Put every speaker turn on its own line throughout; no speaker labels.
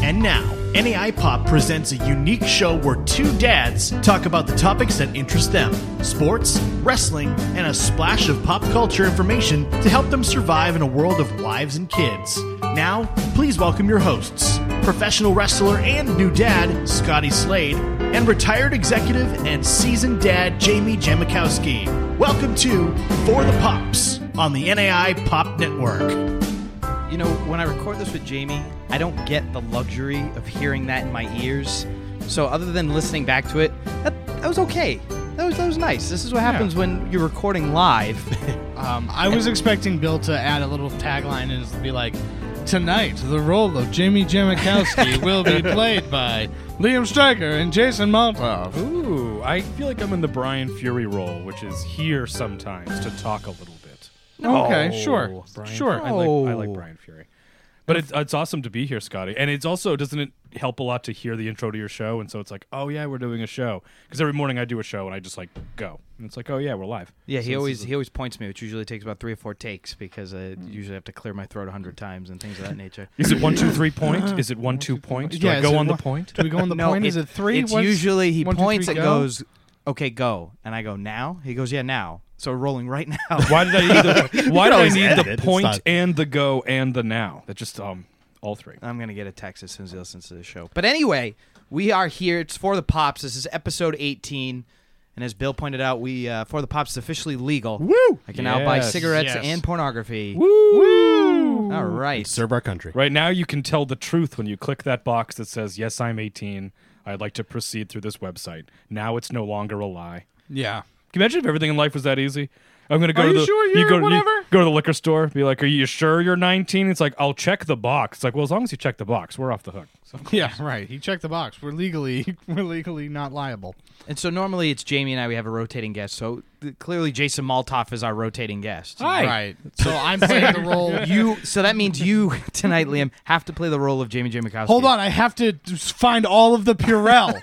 And now, NAI Pop presents a unique show where two dads talk about the topics that interest them sports, wrestling, and a splash of pop culture information to help them survive in a world of wives and kids. Now, please welcome your hosts professional wrestler and new dad, Scotty Slade, and retired executive and seasoned dad, Jamie Jamakowski. Welcome to For the Pops on the NAI Pop Network.
You know, when I record this with Jamie, I don't get the luxury of hearing that in my ears. So, other than listening back to it, that, that was okay. That was, that was nice. This is what happens when you're recording live. um,
I was expecting Bill to add a little tagline and it'd be like, "Tonight, the role of Jamie Jamakowski will be played by Liam Stryker and Jason Maltov."
Ooh, I feel like I'm in the Brian Fury role, which is here sometimes to talk a little bit.
Okay,
Oh,
sure,
Brian-
sure.
I like, I like Brian Fury. But it's, it's awesome to be here, Scotty. And it's also, doesn't it help a lot to hear the intro to your show? And so it's like, oh, yeah, we're doing a show. Because every morning I do a show and I just like go. And it's like, oh, yeah, we're live.
yeah, he
So
always
this is
he always points me, which usually takes about three or four takes because I
Mm.
usually have to clear my throat a hundred times and things of that nature.
a- Is it one, two, three point? Is it one, two point? Do I
is
go
it
on the
one-
point?
Do we go on the
No,
point? Is it three?
It's
What's-
usually he
one, two,
points
three,
and
go?
goes, "Okay, go," and I go now. He goes, "Yeah, now." So we're rolling right now.
Why did I need the, why did I
always
need
edit
the
it. It's
point
not-
and the go and the now? That just, um, all three.
I'm gonna get a text as soon as he listens to the show. But anyway, we are here. It's for the pops. This is episode 18, and as Bill pointed out, we uh, for the pops is officially legal. Woo! I can now buy
Yes.
cigarettes
Yes.
and pornography.
Woo!
All right.
Serve our country.
Right now, you can tell the truth when you click that box that says, Yes, I'm 18. I'd like to proceed through this website. Now it's no longer a lie.
Yeah.
Can you imagine if everything in life was that easy? I'm going to go
Are
to
you
the,
sure you're
go, to-
whatever?
go to the liquor store, be like, Are you sure you're 19? It's like, I'll check the box. It's like, Well, as long as you check the box, we're off the hook. So,
Yeah, right. He checked the box. We're legally, we're legally not liable.
And so normally it's Jamie and I. We have a rotating guest. So th- clearly Jason Maltoff is our rotating guest.
Hi.
Right. So I'm playing the role.
You. So that means you tonight, Liam, have to play the role of Jamie J. Mikowski.
Hold on, I have to s- find all of the Purell.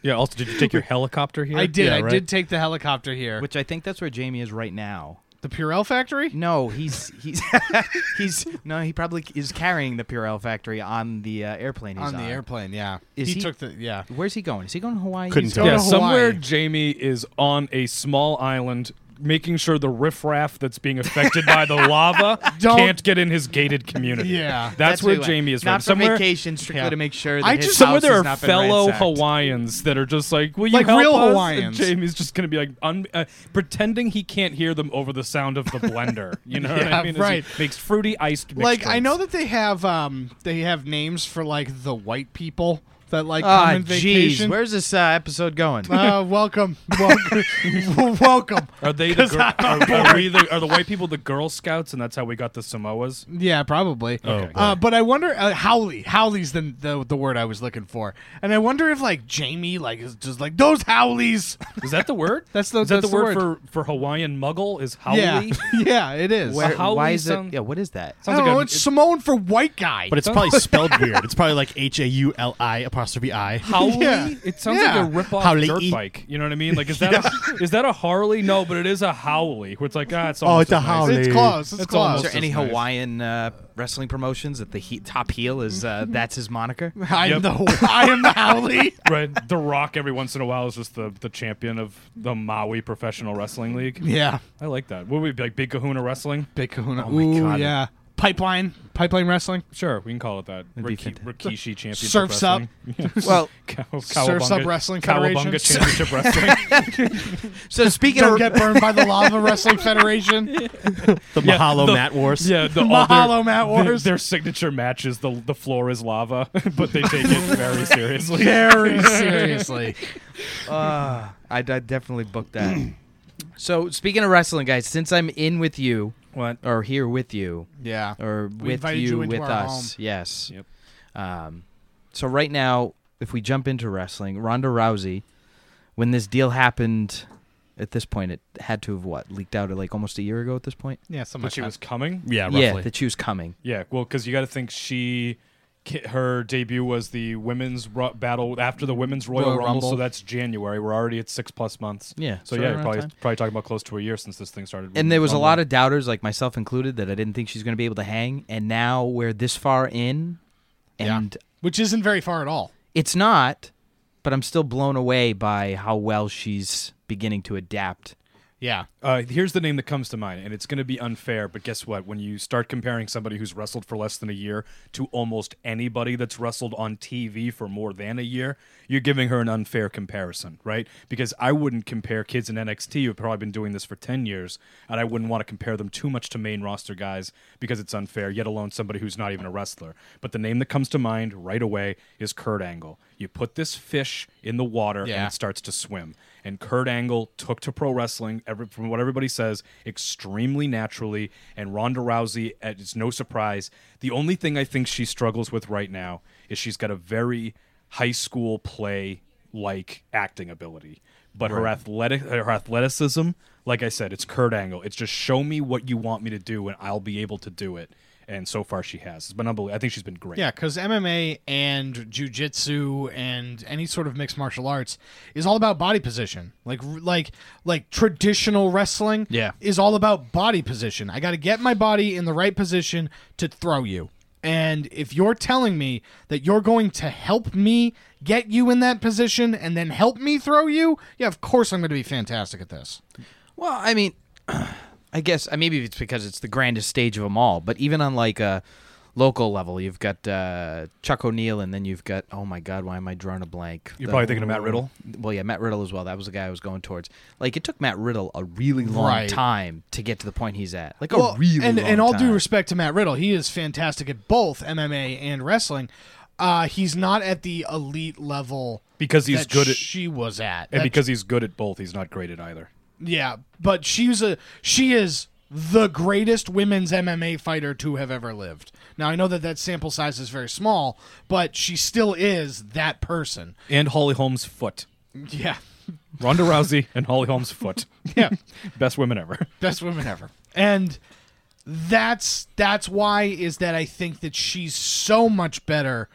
Yeah, also, did you take your helicopter here?
I did.
Yeah,
I
right?
did take the helicopter here.
Which I think that's where Jamie is right now.
the Purell factory?
No, he's he's he's no, he probably is carrying the Purell factory on the uh, airplane. He's
on
on,
the airplane, yeah.
Is he-
took the yeah.
Where's he going? Is he going to Hawaii?
Couldn't
He's
tell.
Go
Yeah,
to
somewhere
Hawaii.
Jamie is on a small island. Making sure the riffraff that's being affected by the lava
Don't-
can't get in his gated community.
Yeah.
that's, where
we went.
Jamie is.
Not
right.
for
somewhere,
vacation, strictly
Yeah.
to make sure that
I
his
just-
somewhere
house
there
has
are
not been
fellow
ransacked.
Hawaiians that are just like, will you
Like
help
real
us?"
Hawaiians.
And Jamie's just gonna be like, un- uh, pretending he can't hear them over the sound of the blender. You know what I
Yeah,
mean? As
right.
He makes fruity iced. mixed
like I
drinks.
know that they have um they have names for like the white people that like come
Ah,
in
jeez,
vacation.
where's this uh, episode going?
uh, welcome, welcome, welcome.
Are they the girl, are, are we the are the white people the Girl Scouts and that's how we got the Samoas?
Yeah, probably.
Okay.
uh, but I wonder uh, Howley. Howley's the, the the word I was looking for, and I wonder if like Jamie like is just like those Howleys.
Is that the word?
That's the-
is that
that's
the
the
word,
word.
for for Hawaiian Muggle? Is Howley?
yeah, yeah, it is.
Where,
Howley
why is
sound-
it? Yeah, what is that?
I don't
like
know.
a-
It's Samoan for white guy.
But it's probably spelled weird. It's probably like H A U L I apostrophe I.
Howley?
Yeah.
It sounds
Yeah.
like a rip-off
Howley.
dirt bike. You know what I mean? Like, is that a, is that a Harley? No, but it is a Howley. Where it's like, ah, it's
Oh, it's
almost
a
as nice.
Howley.
it's close. It's
That's
close.
Is there
almost
any
as nice.
Hawaiian uh, wrestling promotions that the he- top heel is uh, that's his moniker?
I am
Yep.
the I am the Howley.
Right, The Rock every once in a while is just the, the champion of the Maui Professional Wrestling League.
yeah.
I like that. What would we be like Big Kahuna Wrestling?
Big Kahuna.
my
Ooh,
God.
yeah. Pipeline, pipeline wrestling.
Sure, we can call it that.
be
Riki-
fanta-
Rikishi Championship
Surf's Up.
Wrestling.
well,
Cow-
Surf's Up
Cowabunga-
Wrestling
Cowabunga
Federation.
Championship Wrestling.
so speaking
Don't
of
get burned by the Lava Wrestling Federation.
The
Yeah,
Mahalo
the-
Mat Wars.
Yeah, the all their-
Mahalo, Matt
their-
Wars.
their signature match is the the floor is lava, but they take it very seriously.
Very seriously.
Uh, I, I definitely booked that. so speaking of wrestling, guys, since I'm in with you,
What?
or here with you,
Yeah.
or
We
with
invited
you,
you into
with
our
us, yes.
Yep.
Um, so right now, if we jump into wrestling, Ronda Rousey, when this deal happened, at this point, it had to have what leaked out like almost a year ago. At this point,
Yeah, so
But
much.
she was coming.
Yeah,
yeah, that she was coming.
Mm-hmm.
Yeah, well, because you got to think she, ki- her debut was the women's ru- battle after the women's Royal,
Royal
Rumble,
Rumble.
so that's January. We're already at six plus months.
Yeah,
So
so
yeah,
around
you're probably
that time.
probably talking about close to a year since this thing started.
And there was
Oh,
a lot of doubters, like myself included, that I didn't think she's going to be able to hang. And now we're this far in,
Yeah.
and
which isn't very far at all.
It's not, but I'm still blown away by how well she's beginning to adapt.
Yeah.
Uh, here's the name that comes to mind, and it's going to be unfair, but guess what? When you start comparing somebody who's wrestled for less than a year to almost anybody that's wrestled on TV for more than a year, you're giving her an unfair comparison, right? Because I wouldn't compare kids in NXT who've probably been doing this for 10 years, and I wouldn't want to compare them too much to main roster guys because it's unfair, yet alone somebody who's not even a wrestler. But the name that comes to mind right away is Kurt Angle. You put this fish in the water, and
Yeah.
it starts starts to swim. And Kurt Angle took to pro wrestling, every, from what everybody says, extremely naturally. And Ronda Rousey, uh, it's no surprise. The only thing I think she struggles with right now is she's got a very high school play like acting ability. But her athletic, her athleticism, like I said, it's Kurt Angle. It's just show me what you want me to do, and I'll be able to do it. And so far, she has. It's been unbelievable. I think she's been great.
Yeah, because MMA and jujitsu and any sort of mixed martial arts is all about body position. Like, like, like traditional wrestling.
Yeah.
is all about body position. I got to get my body in the right position to throw you. And if you're telling me that you're going to help me get you in that position and then help me throw you, yeah, of course I'm going to be fantastic at this.
Well, I mean, I guess uh, maybe it's because it's the grandest stage of them all. But even on like a local level, you've got uh, Chuck O'Neill, and then you've got oh my god, why am I drawing a blank?
You're probably thinking of Matt Riddle?
Well, yeah, Matt Riddle as well. That was the guy I was going towards. Like it took Matt Riddle a really long
Right.
time to get to the point he's at. Like
Well,
a really
and,
long
and all
time.
due respect to Matt Riddle, he is fantastic at both MMA and wrestling. Uh, he's not at the elite level
Because he's
that
good at-
she was at.
And
That-
because he's good at both, he's not great at either.
yeah, but she's a she is the greatest women's MMA fighter to have ever lived. Now I know that that sample size is very small, but she still is that person.
And Holly Holm's foot.
Yeah,
Ronda Rousey and Holly Holm's foot.
yeah,
Best women ever.
best women ever. And that's that's why is that I think that she's so much better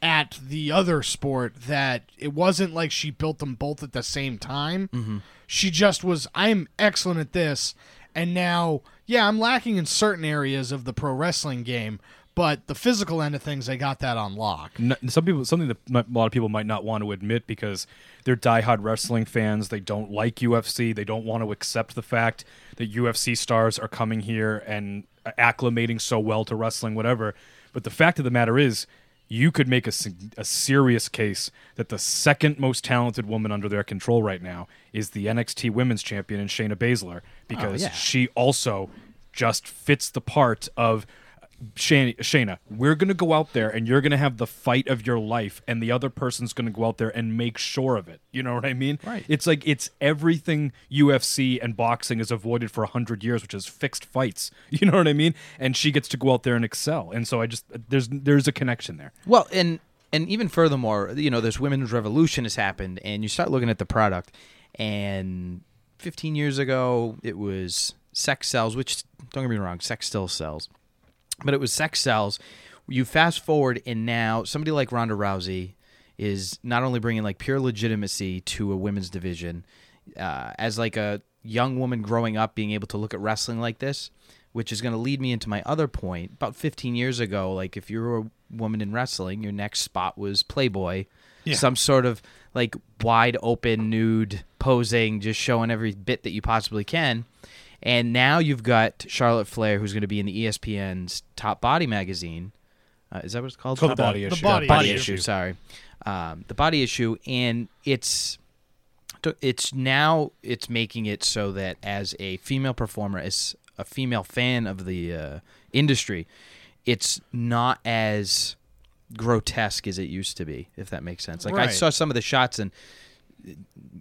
at the other sport that it wasn't like she built them both at the same time. She just was I'm excellent at this and now yeah, I'm lacking in certain areas of the pro wrestling game, but the physical end of things I got that on lock.
N some people, something that mi- a lot of people might not want to admit because they're diehard wrestling fans. They don't like UFC. They don't want to accept the fact that UFC stars are coming here and acclimating so well to wrestling, whatever. But the fact of the matter is, you could make a, sig- a serious case that the second most talented woman under their control right now is the NXT Women's Champion and Shayna Baszler because
yeah.
she also just fits the part of Shana, Shayna, we're going to go out there and you're going to have the fight of your life, and the other person's going to go out there and make sure of it. You know what I mean?
Right.
It's like it's everything UFC and boxing has avoided for 100 years, which is fixed fights. You know what I mean? And she gets to go out there and excel. And so I just, there's there's a connection there.
Well, and and even furthermore, you know, this women's revolution has happened, and you start looking at the product. And 15 years ago, it was sex sells, which don't get me wrong, sex still sells, but it was sex sells. You fast forward, and now somebody like Ronda Rousey is not only bringing like pure legitimacy to a women's division, uh, as like a young woman growing up being able to look at wrestling like this which is going to lead me into my other point about 15 years ago like if you were a woman in wrestling your next spot was playboy some sort of like wide open nude posing just showing every bit that you possibly can and now you've got charlotte flair who's going to be in the E espn's top body magazine uh, is that what it's called
Called The Body Issue.
The body,
body
issue.
issue. Sorry, um, the body issue, and it's it's now it's making it so that as a female performer, as a female fan of the uh, industry, it's not as grotesque as it used to be. If that makes sense. Like I
Right.
saw some of the shots, and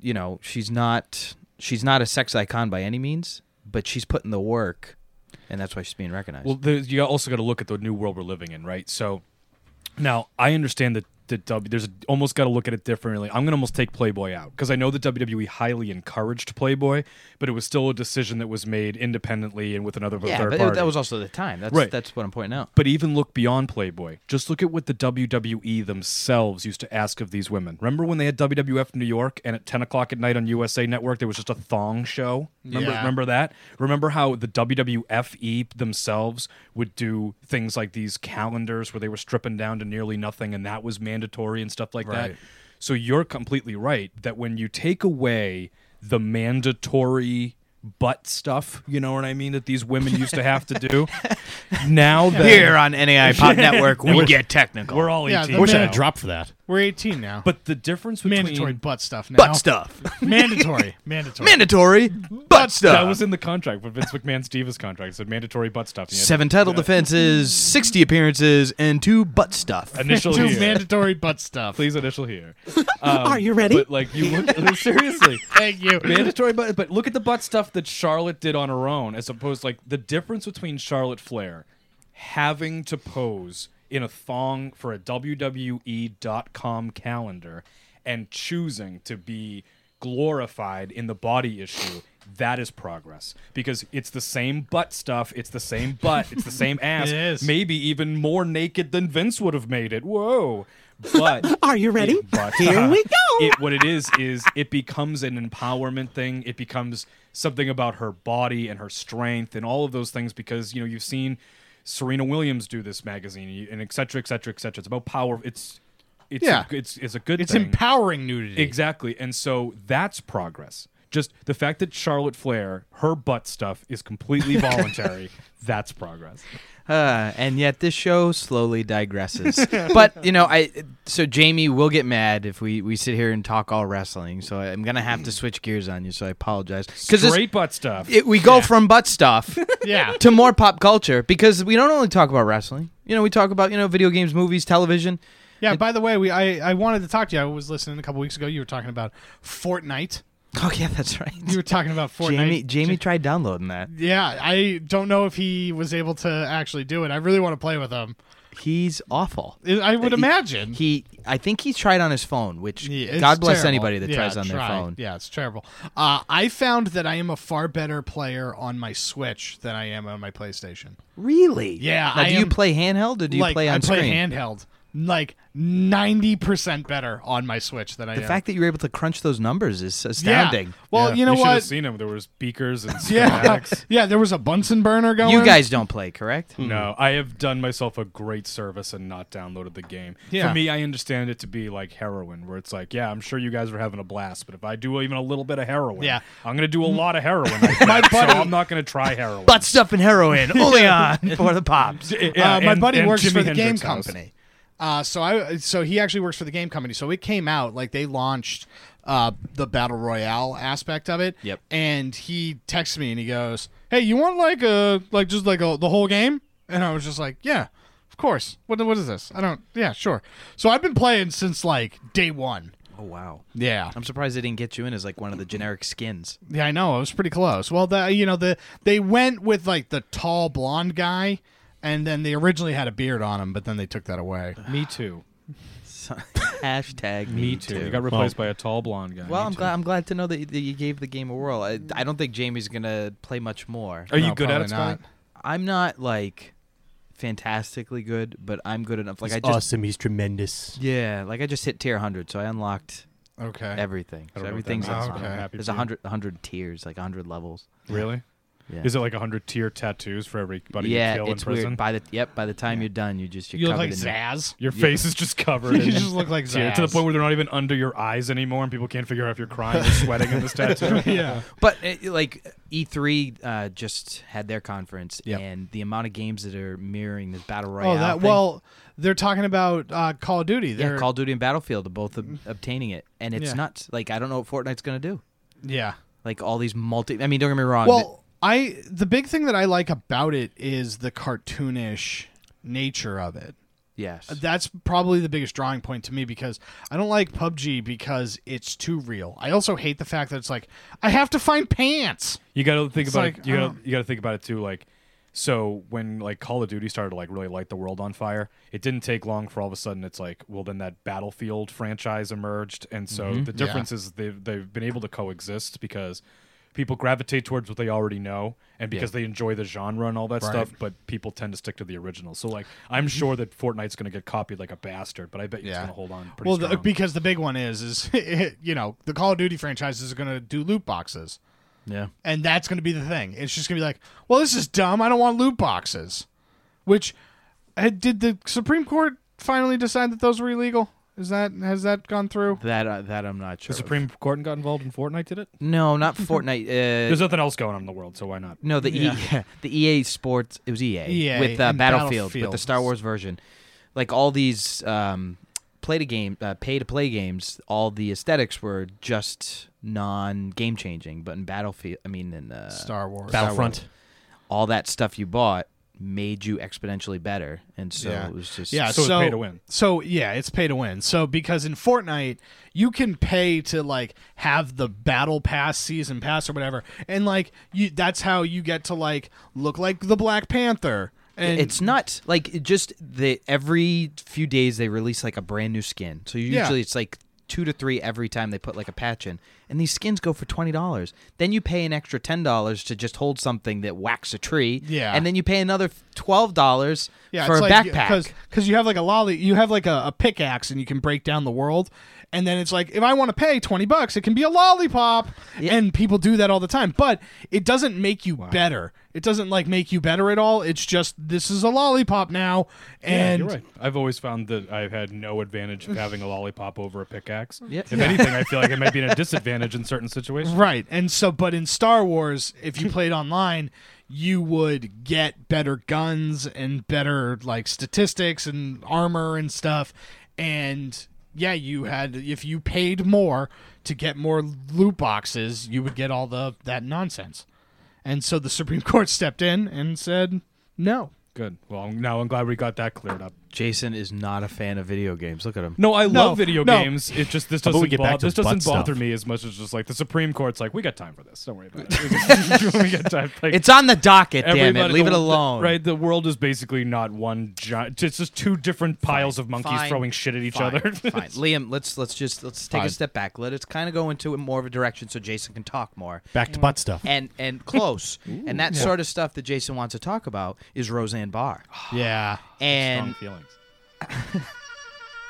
you know she's not she's not a sex icon by any means, but she's putting the work, and that's why she's being recognized.
Well, there's, you also got to look at the new world we're living in, right? So now I understand that the W. There's almost got to look at it differently. I'm gonna almost take Playboy out because I know the WWE E highly encouraged Playboy, but it was still a decision that was made independently and with another
yeah,
third
but it-
party.
that was also the time. That's
Right.
that's what I'm pointing out.
But even look beyond Playboy. Just look at what the WWE themselves used to ask of these women. Remember when they had WWF New York and at 10 o'clock at night on USA Network, there was just a thong show? Remember,
Yeah.
remember that? Remember how the WWFE E themselves would do things like these calendars where they were stripping down to nearly nothing and that was mandatory and stuff like that?
Right.
So you're completely right that when you take away the mandatory butt stuff, you know what I mean, that these women used to have to do. Now that
on NAI Pop Network, we get technical.
we're all
Yeah,
18
the
now.
We're gonna
drop for that.
We're 18 now.
But the difference between
mandatory butt stuff now.
butt stuff.
Mandatory. Mandatory.
Mandatory butt stuff.
that was in the contract with Vince McMahon Steve's contract. It said mandatory butt stuff. and you had
Seven title defenses, 60 appearances, and two butt stuff.
Initial
Two
here.
mandatory butt stuff.
Please initial here. Are you ready? But like you look seriously.
Thank you.
mandatory butt but look at the butt stuff that Charlotte did on her own as opposed like the difference between Charlotte Flair having to pose in a thong for a WWE.com calendar and choosing to be glorified in the body issue that is progress because it's the same butt stuff it's the same butt it's the same ass
It is.
maybe even more naked than Vince would have made it whoa but
Are you ready?
it- but, uh,
Here we go.
It, what it is is it becomes an empowerment thing. It becomes something about her body and her strength and all of those things because you know you've seen Serena Williams do this magazine and et cetera, et cetera, et cetera. It's about power. It's it's
Yeah.
a, it's, it's a good
It's
thing.
empowering nudity.
Exactly. And so that's progress. Just the fact that Charlotte Flair, her butt stuff is completely voluntary. that's progress.
Uh, and yet this show slowly digresses. but you know, I so Jamie will get mad if we we sit here and talk all wrestling. So I'm gonna have to switch gears on you. So I apologize because
Straight butt stuff.
it, we go from butt stuff
Yeah.
to more pop culture because we don't only talk about wrestling. You know, we talk about you know video games, movies, television.
Yeah. By the way, we I, I wanted to talk to you. I was listening a couple weeks ago. You were talking about Fortnite.
Oh yeah, that's right.
You were talking about Fortnite.
Jamie Jamie tried downloading that.
Yeah, I don't know if he was able to actually do it. I really want to play with him.
He's awful.
I- I would imagine.
He I think he tried on his phone, which
Yeah, it's
God bless
terrible.
anybody that
Yeah,
tries on
try.
their phone.
Yeah, it's terrible. Uh, I found that I am a far better player on my Switch than I am on my PlayStation.
Really?
Yeah,
Now,
I
do you
am-
play handheld or do you
like,
play on
I play
screen?
handheld. Like ninety percent better on my Switch than I
The
am.
fact that you were able to crunch those numbers is
yeah.
astounding.
Well,
Yeah.
you know
should have
what?
seen him. There was beakers and
Yeah,
schematics.
yeah. There was a Bunsen burner going.
You guys don't play, correct?
Hmm.
No, I have done myself a great service and not downloaded the game.
Yeah.
For me, I understand it to be like heroin, where it's like, yeah, I'm sure you guys are having a blast, but if I do even a little bit of heroin,
Yeah. Mm.
I'm gonna do a lot of heroin. I My so I'm not gonna try heroin.
Butt stuff and heroin only on for the pops.
Yeah,
uh, my
and-
buddy
and
works
Jimi
for the game
Hendrix house.
company. Uh, so I so he actually works for the game company. So it came out like they launched uh, the battle royale aspect of it.
Yep.
And he texts me and he goes, "Hey, you want like a like just like a, the whole game?" And I was just like, "Yeah, of course. What what is this? I don't. Yeah, sure." So I've been playing since like day one.
Oh wow.
Yeah.
I'm surprised they didn't get you in as like one of the generic skins.
Yeah, I know. It was pretty close. Well, the you know the they went with like the tall blonde guy, and then they originally had a beard on him, but then they took that away.
Me too.
Hashtag me,
Me too. It got replaced by a tall blonde guy.
Well,
Me
I'm
too.
glad, I'm glad to know that, that you gave the game a whirl. I, I don't think Jamie's gonna play much more.
Are you
No,
good at
probably
it, Scott?
I'm not like fantastically good, but I'm good enough. Like I just
awesome. He's tremendous.
yeah, like I just hit tier 100, so I unlocked
Okay.
everything. So
know what that
everything's
means.
up
Okay.
now.
Happy
There's
for you.
100 100 tiers, like 100 levels.
Really?
Yeah.
Is it like hundred tier tattoos for everybody
yeah,
you kill
it's
in prison?
weird. By the yep, by the time you're done, you just you're
You look
covered
like
in-
Zaz.
Your face is just covered.
You
in
just look like
tier- to the
Zaz.
point where they're not even under your eyes anymore, and people can't figure out if you're crying or sweating in this tattoo.
yeah.
But uh, like E3 uh, just had their conference,
Yep.
and the amount of games that are mirroring this battle royale.
Oh, that
thing-
well, they're talking about uh, Call of Duty. They're, Mm.
Yeah, Call of Duty and Battlefield are both ob- obtaining it, and it's
Yeah.
nuts. Like I don't know what Fortnite's gonna do.
Yeah.
Like all these multi. I mean, don't get me wrong.
Well, I the big thing that I like about it is the cartoonish nature of it.
th- yes,
That's probably the biggest drawing point to me because I don't like PUBG because it's too real. I also hate the fact that it's like I have to find pants.
You got to think
It's
about
like,
it. You
I
got
don't-
you got to think about it too. Like, So when like Call of Duty started to like really light the world on fire, it didn't take long for all of a sudden it's like, well, then that Battlefield franchise emerged, and so
Mm-hmm.
the difference is they've they've been able to coexist because people gravitate towards what they already know and because they enjoy the genre and all that stuff but people tend to stick to the original so like i'm sure that fortnite's going to get copied like a bastard but i bet you it's
Mm-hmm. Yeah.
going to hold on pretty
Well,
strong.
the, because the big one is is you know the Call of Duty franchises are going to do loot boxes,
Yeah.
and that's going to be the thing. It's just going to be like, well, this is dumb. I don't want loot boxes. Which uh, did the Supreme Court finally decide that those were illegal? Is that has that gone through?
That uh, that I'm not sure.
the
of.
supreme court got involved in fortnite did it
No, not Fortnite. Uh,
there's nothing else going on in the world so why not
no, the E, the EA Sports. It was EA,
EA
with uh,
E and
Battlefield, with the
Battlefield.
Star Wars version. Like all these um, play to game, uh, pay to play games. All the aesthetics were just non game changing. But in Battlefield, I mean in uh,
Star Wars.
Battlefront, all that stuff you bought made you exponentially better, and so
Yeah.
it was just
Yeah,
So
so,
it's pay to win.
So yeah, it's pay to win. So because in Fortnite, you can pay to like have the battle pass, season pass, or whatever, and like you, that's how you get to like look like the Black Panther. And
it's nuts. Like it just the every few days they release like a brand new skin. So usually
Yeah.
it's like two to three every time they put like a patch in, and these skins go for twenty dollars. Then you pay an extra ten dollars to just hold something that whacks a tree.
Yeah.
and then you pay another twelve dollars
yeah,
for
it's
a
like,
backpack.
because you have like a lolly, you have like a, a pickaxe, and you can break down the world. And then it's like if I want to pay twenty bucks, it can be a lollipop,
Yeah.
and people do that all the time. But it doesn't make you better. It doesn't like make you better at all. It's just this is a lollipop now, and
yeah, you're right. I've always found that I've had no advantage of having a lollipop over a pickaxe.
Yeah.
If anything, I feel like it might be in a disadvantage in certain situations.
Right. And so, but in Star Wars, if you played online, you would get better guns and better like statistics and armor and stuff. And yeah, you had if you paid more to get more loot boxes, you would get all the that nonsense. And so the Supreme Court stepped in and said no.
Good. Well, I'm, now I'm glad we got that cleared up.
Jason is not a fan of video games. Look at him.
No, I
No,
love video
no.
games. It just this
How about we
doesn't
get back
bother
to
this doesn't
butt stuff?
bother me as much as just like the Supreme Court's like we got time for this. Don't worry about it. we got time. Like,
It's on the docket, damn it.
everybody-
Leave it
the-
alone.
right, the world is basically not one giant. It's just two different piles of monkeys
Fine.
throwing shit at each
Fine.
other.
Fine. Liam, let's let's just let's take a
Fine.
step back. Let us kind of go into it more of a direction so Jason can talk more.
Back to butt stuff.
and and close and that sort of stuff that Jason wants to talk about is Roseanne Barr
Ah,
Yeah.
and
Strong feelings.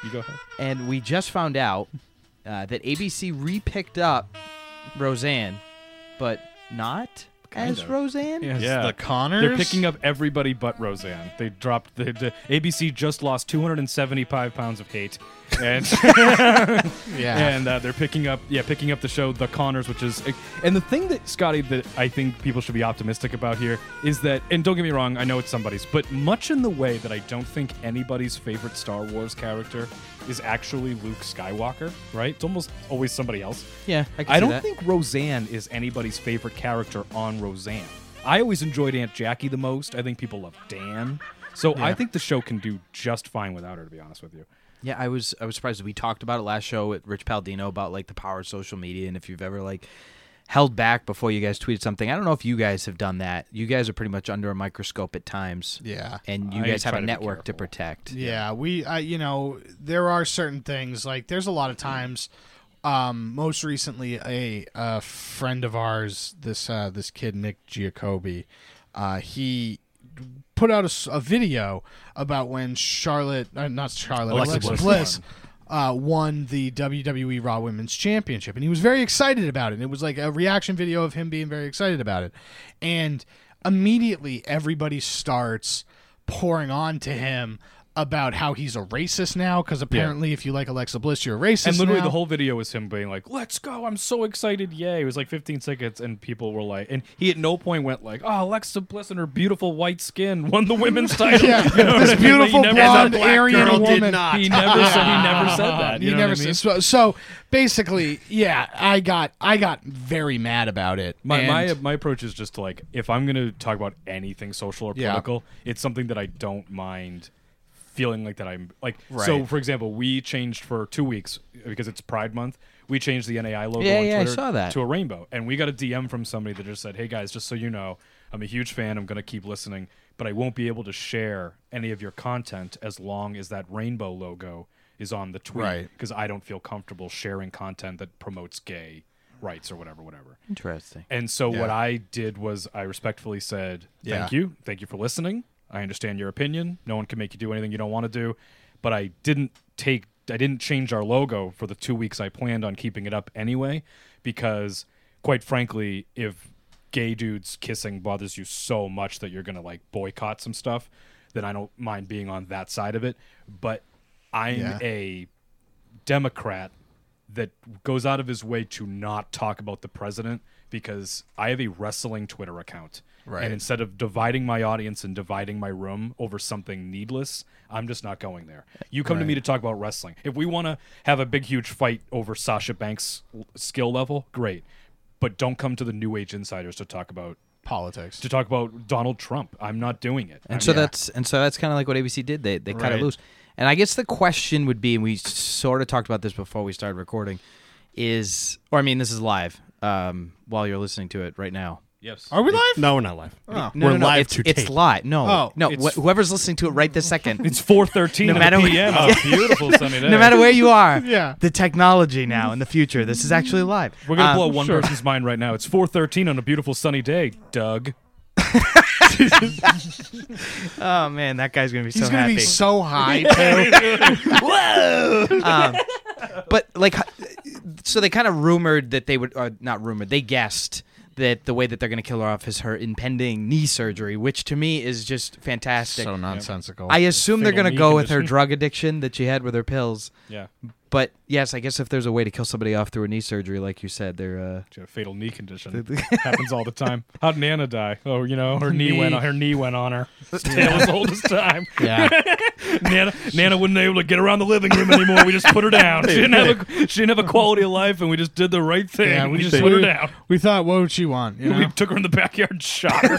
you go ahead.
and we just found out uh, that ABC repicked up Roseanne but not as
of.
Roseanne
Yeah.
The Connors.
They're picking up everybody but Roseanne. They dropped the, the ABC just lost 275 pounds of hate, and
Yeah.
and uh, they're picking up yeah picking up the show The Connors, which is and the thing that Scotty that I think people should be optimistic about here is that and don't get me wrong, I know it's somebody's, but much in the way that I don't think anybody's favorite Star Wars character is actually Luke Skywalker, right? It's almost always somebody else.
yeah I, can
I
see
don't
that.
think Roseanne is anybody's favorite character on Roseanne. I always enjoyed Aunt Jackie the most. I think people love Dan. So I think the show can do just fine without her, to be honest with you.
Yeah, I was I was surprised. We talked about it last show with Rich Paldino about like the power of social media and if you've ever like held back before you guys tweeted something. I don't know if you guys have done that. You guys are pretty much under a microscope at times.
Yeah.
And you
I
guys have
try
a
to be
network to
careful.
protect.
Yeah, we, I, you know, there are certain things like there's a lot of times. Um, most recently, a, a friend of ours, this uh, this kid Nick Giacobbe, uh, he put out a s- a, video about when Charlotte, uh, not Charlotte,
Alexa
Alexa,
Bliss
Bliss. uh, won the WWE Raw Women's Championship, and he was very excited about it. And it was like a reaction video of him being very excited about it, and immediately everybody starts pouring on to him about how he's a racist now because apparently if you like Alexa Bliss, you're a racist.
And literally
now.
the whole video was him being like, "Let's go! I'm so excited! Yay!" It was like 15 seconds, and people were like, and he at no point went like, "Oh, Alexa Bliss and her beautiful white skin won the women's title."
Yeah,
You know what
this
I mean?
beautiful
Like, he never-
blonde
As a black
Aryan
girl,
woman.
He never said he never said that. You
He
know what
never
I mean?
said- so, so basically, yeah, I got I got very mad about it.
My,
and-
my my approach is just to like if I'm gonna talk about anything social or
Yeah.
political, it's something that I don't mind feeling like that I'm like so
Right.
for example, we changed for two weeks uh, because it's Pride Month, we changed the NAI logo
Yeah,
on
yeah, I
Twitter
saw that.
to a rainbow. And we got a DM from somebody that just said, Hey guys, just so you know, I'm a huge fan, I'm gonna keep listening. but I won't be able to share any of your content as long as that rainbow logo is on the tweet
Right.
because I don't feel comfortable sharing content that promotes gay rights or whatever, whatever.
Interesting.
And so what
Yeah.
I did was I respectfully said, "Thank
Yeah.
you, thank you for listening. I understand your opinion. No one can make you do anything you don't want to do." But I didn't take, I didn't change our logo for the two weeks I planned on keeping it up anyway, because quite frankly, if gay dudes kissing bothers you so much that you're gonna like boycott some stuff, then I don't mind being on that side of it. But I'm
Yeah.
a Democrat that goes out of his way to not talk about the president because I have a wrestling Twitter account.
Right.
And instead of dividing my audience and dividing my room over something needless, I'm just not going there. You come to me to talk about wrestling. If we want to have a big, huge fight over Sasha Banks' l- skill level, great. But don't come to the New Age Insiders to talk about
Politics.
to talk about Donald Trump. I'm not doing it.
And so that's and so that's kind of like what ABC did. They they cut it
Right.
loose. And I guess the question would be, and we sort of talked about this before we started recording, is or I mean, this is live um, while you're listening to it right now.
yes.
Are we live?
No, we're not live.
No,
we're
no, no,
live
it's,
to
it's
tape.
live. No,
Oh,
no.
it's-
Wh- whoever's listening to it right this second,
It's 4:13 no
matter
matter
what-
p.m. on a beautiful sunny day.
no matter where you are,
Yeah.
the technology now in the future, this is actually live.
We're gonna
Um,
blow one person's mind right now. It's 4:13 on a beautiful sunny day, Doug.
Oh man, that guy's gonna be
He's
so
gonna
happy.
be so high. too.
but like h- so they kind of rumored that they would or not rumored they guessed that the way that they're going to kill her off is her impending knee surgery which to me is just fantastic
so nonsensical.
i assume they're
Fatal
going to
knee
go with her
condition.
drug addiction that she had with her pills
Yeah,
but yes i guess if there's a way to kill somebody off through a knee surgery like you said they're uh
she had a fatal knee condition happens all the time. How'd Nana die? Oh, you know, her knee, went on her knee went on her. Tale as old as time.
yeah.
Nana Nana wouldn't be able to get around the living room anymore. We just put her down. She didn't have a, she didn't have a quality of life, and we just did the right thing.
yeah,
we, just put her down.
We thought, what would she want? You know?
We took her in the backyard and shot her.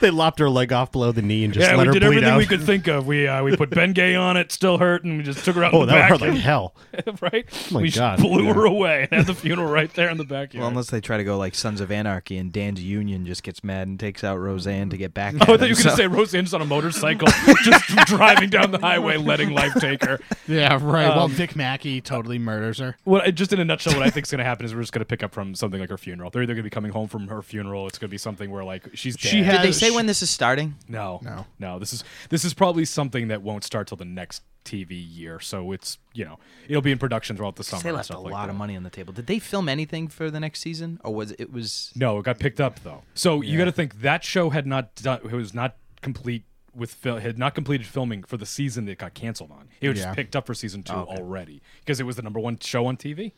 They lopped her leg off below the knee and just
yeah,
let
we
her
did
bleed
everything
out.
we could think of. We uh, we put Ben Gay on it, still hurt, and we just took her out
oh,
in the
that
back.
hurt like hell.
right?
Oh my
we
God,
blew
yeah.
her away and had the funeral right there in the backyard.
well, unless they try to go like Sons of Anarchy and Dan's Union just gets mad and takes out Roseanne to get back.
Oh, I
at
thought
him,
you were going to
so-
say Roseanne's on a motorcycle, just driving down the highway, letting life take her.
yeah, right.
Um,
well, Dick Mackey totally murders her.
What, just in a nutshell, what I think is going to happen is we're just going to pick up from something like her funeral. They're either going to be coming home from her funeral. It's going to be something where like she's
She
dead.
had-
Did they say when this is starting?
no,
No.
no. This is this is probably something that won't start till the next TV year. So it's you know it'll be in production throughout the summer.
They
and
left a
stuff like
lot
that.
of money on the table. Did they film anything for the next season, or was it, it was
No, it got picked up though. So you got to think that show had not done, it was not complete with fil- had not completed filming for the season that it got canceled on. It was
Yeah.
just picked up for season two already because it was the number one show on TV.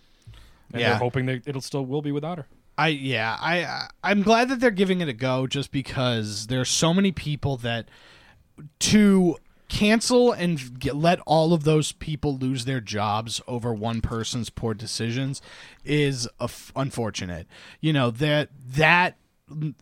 And
Yeah.
they're hoping that it'll still will be without her.
I yeah, I I- I'm glad that they're giving it a go just because there's so many people that to cancel and get, let all of those people lose their jobs over one person's poor decisions is a f- unfortunate. You know, that that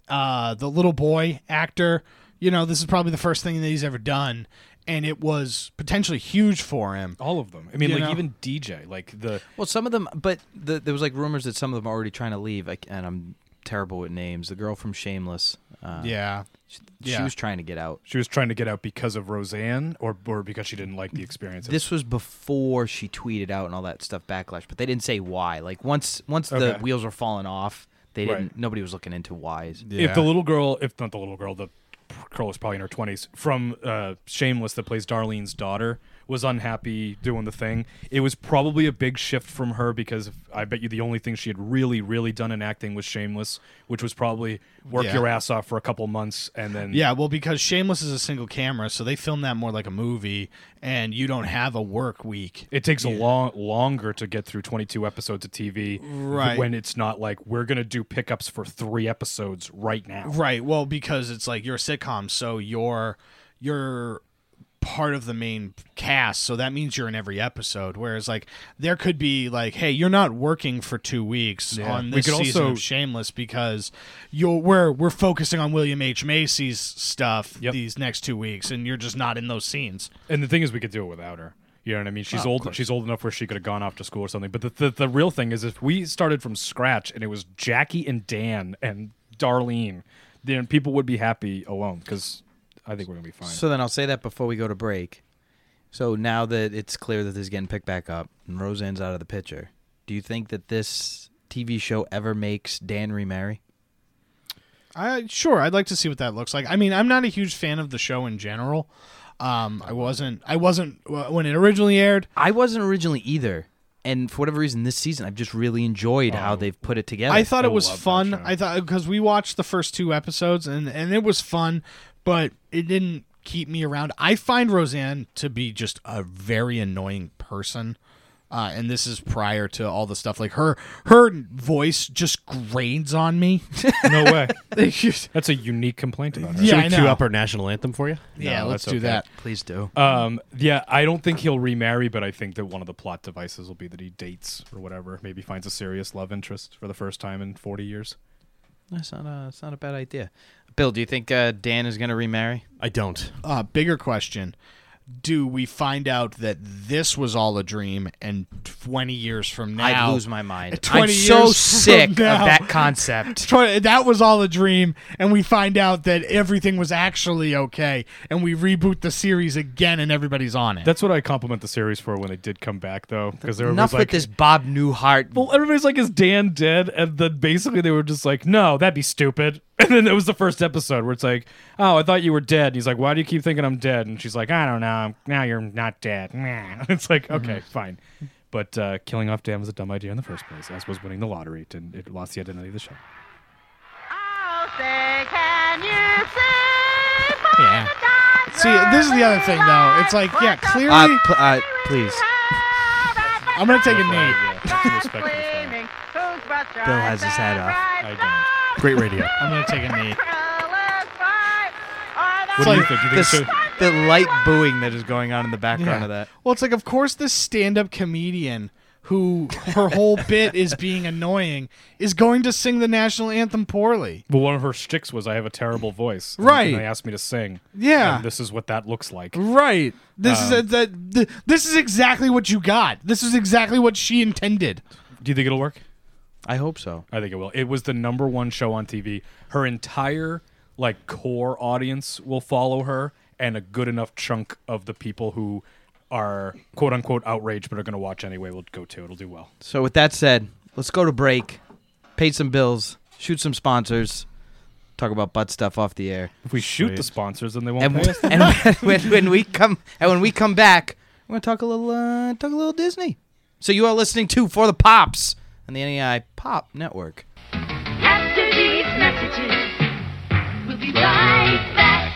uh the little boy actor, you know, this is probably the first thing that he's ever done and it was potentially huge for him.
All of them. I mean,
You
like
know?
even DJ, like the
Well, some of them, but the, there was like rumors that some of them are already trying to leave, like, and I'm terrible with names. The girl from Shameless, uh,
Yeah.
she, she
Yeah.
was trying to get out.
she was trying to get out because of Roseanne or or because she didn't like the experience.
This was before she tweeted out and all that stuff backlash, but they didn't say why. Like once once the
Okay.
wheels were falling off, they
Right.
didn't. Nobody was looking into whys.
Yeah.
If the little girl, if not the little girl, the girl is probably in her twenties. From uh, Shameless, that plays Darlene's daughter, was unhappy doing the thing. It was probably a big shift from her because I bet you the only thing she had really, really done in acting was Shameless, which was probably work
Yeah.
your ass off for a couple months and then
Yeah, well, because Shameless is a single camera, so they film that more like a movie, and you don't have a work week.
It takes a long longer to get through 22 episodes of TV
Right.
when it's not like we're going to do pickups for 3 episodes right now.
Right. Well, because it's like you're a sitcom, so you're you're part of the main cast, so that means you're in every episode. Whereas like there could be like, hey, you're not working for two weeks on
We
this
could
season
also-
of Shameless because you're we're we're focusing on William H. Macy's stuff
Yep.
these next two weeks and you're just not in those scenes.
And the thing is, we could do it without her. You know what I mean?
Oh,
She's old. She's old enough where she could have gone off to school or something. But the, the the real thing is, if we started from scratch and it was Jackie and Dan and Darlene, then people would be happy alone because I think we're gonna be fine.
So then I'll say that before we go to break. So now that it's clear that this is getting picked back up and Roseanne's out of the picture, do you think that this TV show ever makes Dan remarry?
I sure I'd like to see what that looks like. I mean, I'm not a huge fan of the show in general. Um, I wasn't. I wasn't wh- when it originally aired.
I wasn't originally either. And for whatever reason, this season I've just really enjoyed how they've put it together.
Oh. I thought it
I
was
Oh, love that
fun.
show.
I thought because we watched the first two episodes and and it was fun, but it didn't keep me around. I find Roseanne to be just a very annoying person. Uh, and this is prior to all the stuff like her her voice just grains on me.
no way.
yeah,
That's a unique complaint about her.
Should
I
we
know.
queue up our national anthem for you?
yeah,
No,
let's
that's
do
okay.
that. Uh,
Please do.
Um, yeah, I don't think he'll remarry, but I think that one of the plot devices will be that he dates or whatever. Maybe finds a serious love interest for the first time in 40 years.
That's not a, that's not a bad idea. Bill, do you think uh, Dan is going to remarry?
I don't.
Uh, bigger question: Do we find out that this was all a dream, and twenty years from now,
I'd lose my mind.
20
I'm so
years from
sick of
now.
that concept.
Tw- that was all a dream, and we find out that everything was actually okay, and we reboot the series again, and everybody's on it.
That's what I compliment the series for when they did come back, though, because everybody's
Enough
like,
with this Bob Newhart.
well, everybody's like, is Dan dead? And then basically they were just like, no, that'd be stupid. And then it was the first episode where it's like, oh, I thought you were dead. And he's like, why do you keep thinking I'm dead? And she's like, I don't know. I'm- Now you're not dead. Nah. It's like, okay,
Mm-hmm.
fine. But uh, killing off Dan was a dumb idea in the first place, as was winning the lottery, and it lost the identity of the show.
Oh, say, can you sing for
Yeah.
the times
See, this is the other thing, though. It's like, yeah, clearly,
Uh, pl- uh, please.
I'm gonna take a knee.
Bill
has his hat off.
I
Great radio.
I'm gonna take a knee.
don't.
What do you think? You think
This,
so?
the light booing that is going on in the background
Yeah.
of that.
Well, it's like, of course, this stand-up comedian who her whole bit is being annoying is going to sing the national anthem poorly.
Well, one of her shticks was I have a terrible voice. and
Right.
They asked me to sing.
Yeah.
And this is what that looks like.
Right. This is that. th- This is exactly what you got. This is exactly what she intended.
Do you think it'll work?
I hope so.
I think it will. It was the number one show on TV. Her entire like core audience will follow her, and a good enough chunk of the people who are quote unquote outraged but are going to watch anyway will go to. It'll do well.
So with that said, let's go to break, pay some bills, shoot some sponsors, talk about butt stuff off the air,
If we shoot the sponsors, then they won't
and
pay us.
and when, when we come and when we come back, we're gonna talk a little uh, talk a little Disney. So you are listening to For the Pops on the NEI Pop Network.
After these messages, we'll be right back.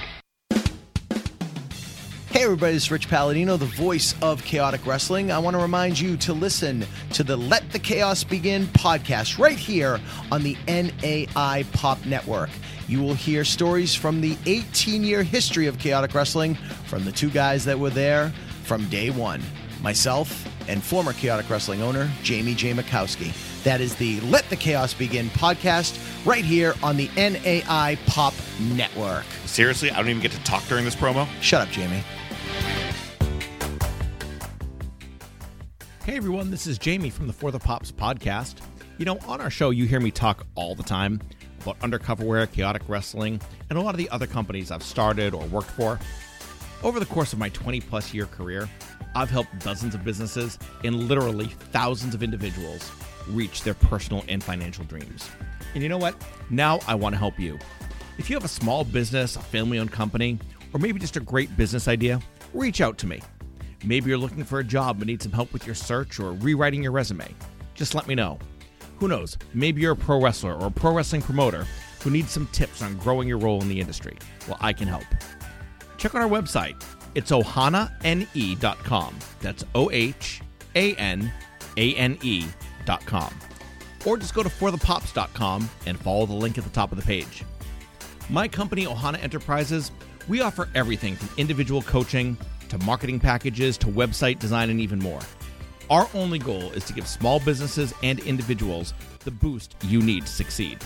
Hey everybody, it's Rich Palladino, the voice of Chaotic Wrestling. I want to remind you to listen to the Let the Chaos Begin podcast right here on the NAI Pop Network. You will hear stories from the 18 year history of Chaotic Wrestling from the two guys that were there from day one myself and former Chaotic Wrestling owner Jamie J. Mikowski. That is the Let the Chaos Begin podcast right here on the NAI Pop Network.
Seriously, I don't even get to talk during this promo.
Shut up, Jamie.
Hey everyone, this is Jamie from the For the Pops podcast. You know, on our show, you hear me talk all the time about undercoverware, chaotic wrestling, and a lot of the other companies I've started or worked for. Over the course of my 20 plus year career, I've helped dozens of businesses and literally thousands of individuals reach their personal and financial dreams. And you know what? Now I want to help you. If you have a small business, a family owned company, or maybe just a great business idea, reach out to me. Maybe you're looking for a job but need some help with your search or rewriting your resume. Just let me know. Who knows? Maybe you're a pro wrestler or a pro wrestling promoter who needs some tips on growing your role in the industry. Well, I can help check out our website. It's ohanane.com. That's O H A N A N E.com. Or just go to forthepops.com and follow the link at the top of the page. My company, Ohana Enterprises, we offer everything from individual coaching to marketing packages to website design and even more. Our only goal is to give small businesses and individuals the boost you need to succeed.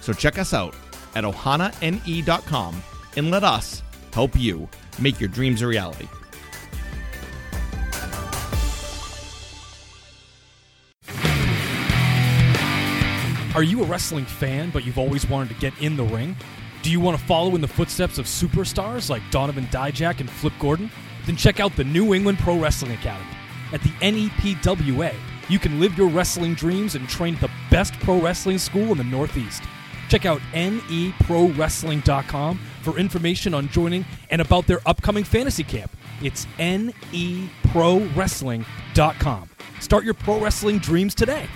So check us out at ohanane.com and let us help you make your dreams a reality.
Are you a wrestling fan, but you've always wanted to get in the ring? Do you want to follow in the footsteps of superstars like Donovan Dijak and Flip Gordon? Then check out the New England Pro Wrestling Academy. At the E NEPWA, you can live your wrestling dreams and train at the best pro wrestling school in the Northeast. Check out E neprowrestling.com for information on joining and about their upcoming fantasy camp. It's E neprowrestling.com. Start your pro wrestling dreams today.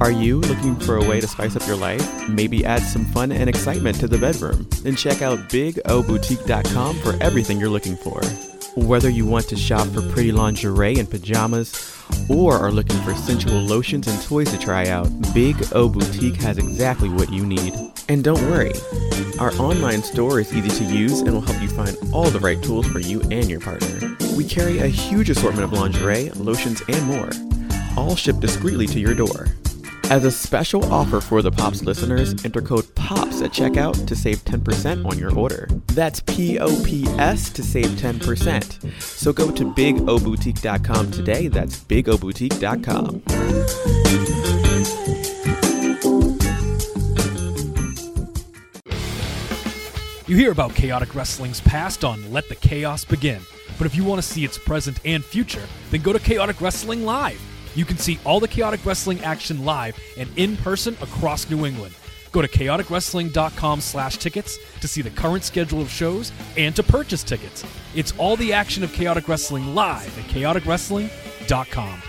Are you looking for a way to spice up your life? Maybe add some fun and excitement to the bedroom? Then check out BigOBoutique.com for everything you're looking for. Whether you want to shop for pretty lingerie and pajamas, or are looking for sensual lotions and toys to try out, Big O Boutique has exactly what you need. And don't worry, our online store is easy to use and will help you find all the right tools for you and your partner. We carry a huge assortment of lingerie, lotions, and more, all shipped discreetly to your door. As a special offer for the Pops listeners, enter code POPS at checkout to save 10% on your order. That's P O P S to save 10%. So go to bigoboutique.com today. That's bigoboutique.com.
You hear about chaotic wrestling's past on Let the Chaos Begin, but if you want to see its present and future, then go to Chaotic Wrestling Live. You can see all the chaotic wrestling action live and in person across New England. Go to chaoticwrestling.com slash tickets to see the current schedule of shows and to purchase tickets. It's all the action of chaotic wrestling live at chaoticwrestling.com.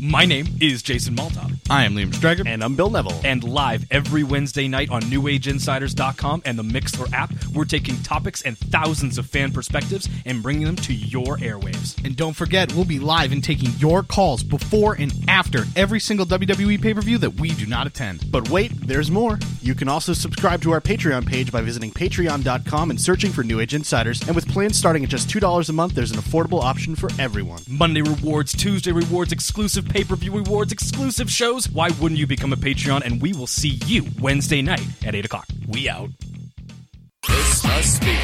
My name is Jason Maltop.
I am Liam Strager.
And I'm Bill Neville. And live every Wednesday night on NewAgeInsiders.com and the Mixler app, we're taking topics and thousands of fan perspectives and bringing them to your airwaves.
And don't forget, we'll be live and taking your calls before and after every single WWE pay per view that we do not attend.
But wait, there's more. You can also subscribe to our Patreon page by visiting patreon.com and searching for New Age Insiders. And with plans starting at just $2 a month, there's an affordable option for everyone.
Monday rewards, Tuesday rewards, exclusive pay per view rewards, exclusive shows. Why wouldn't you become a Patreon? And we will see you Wednesday night at 8 o'clock. We out.
This must be.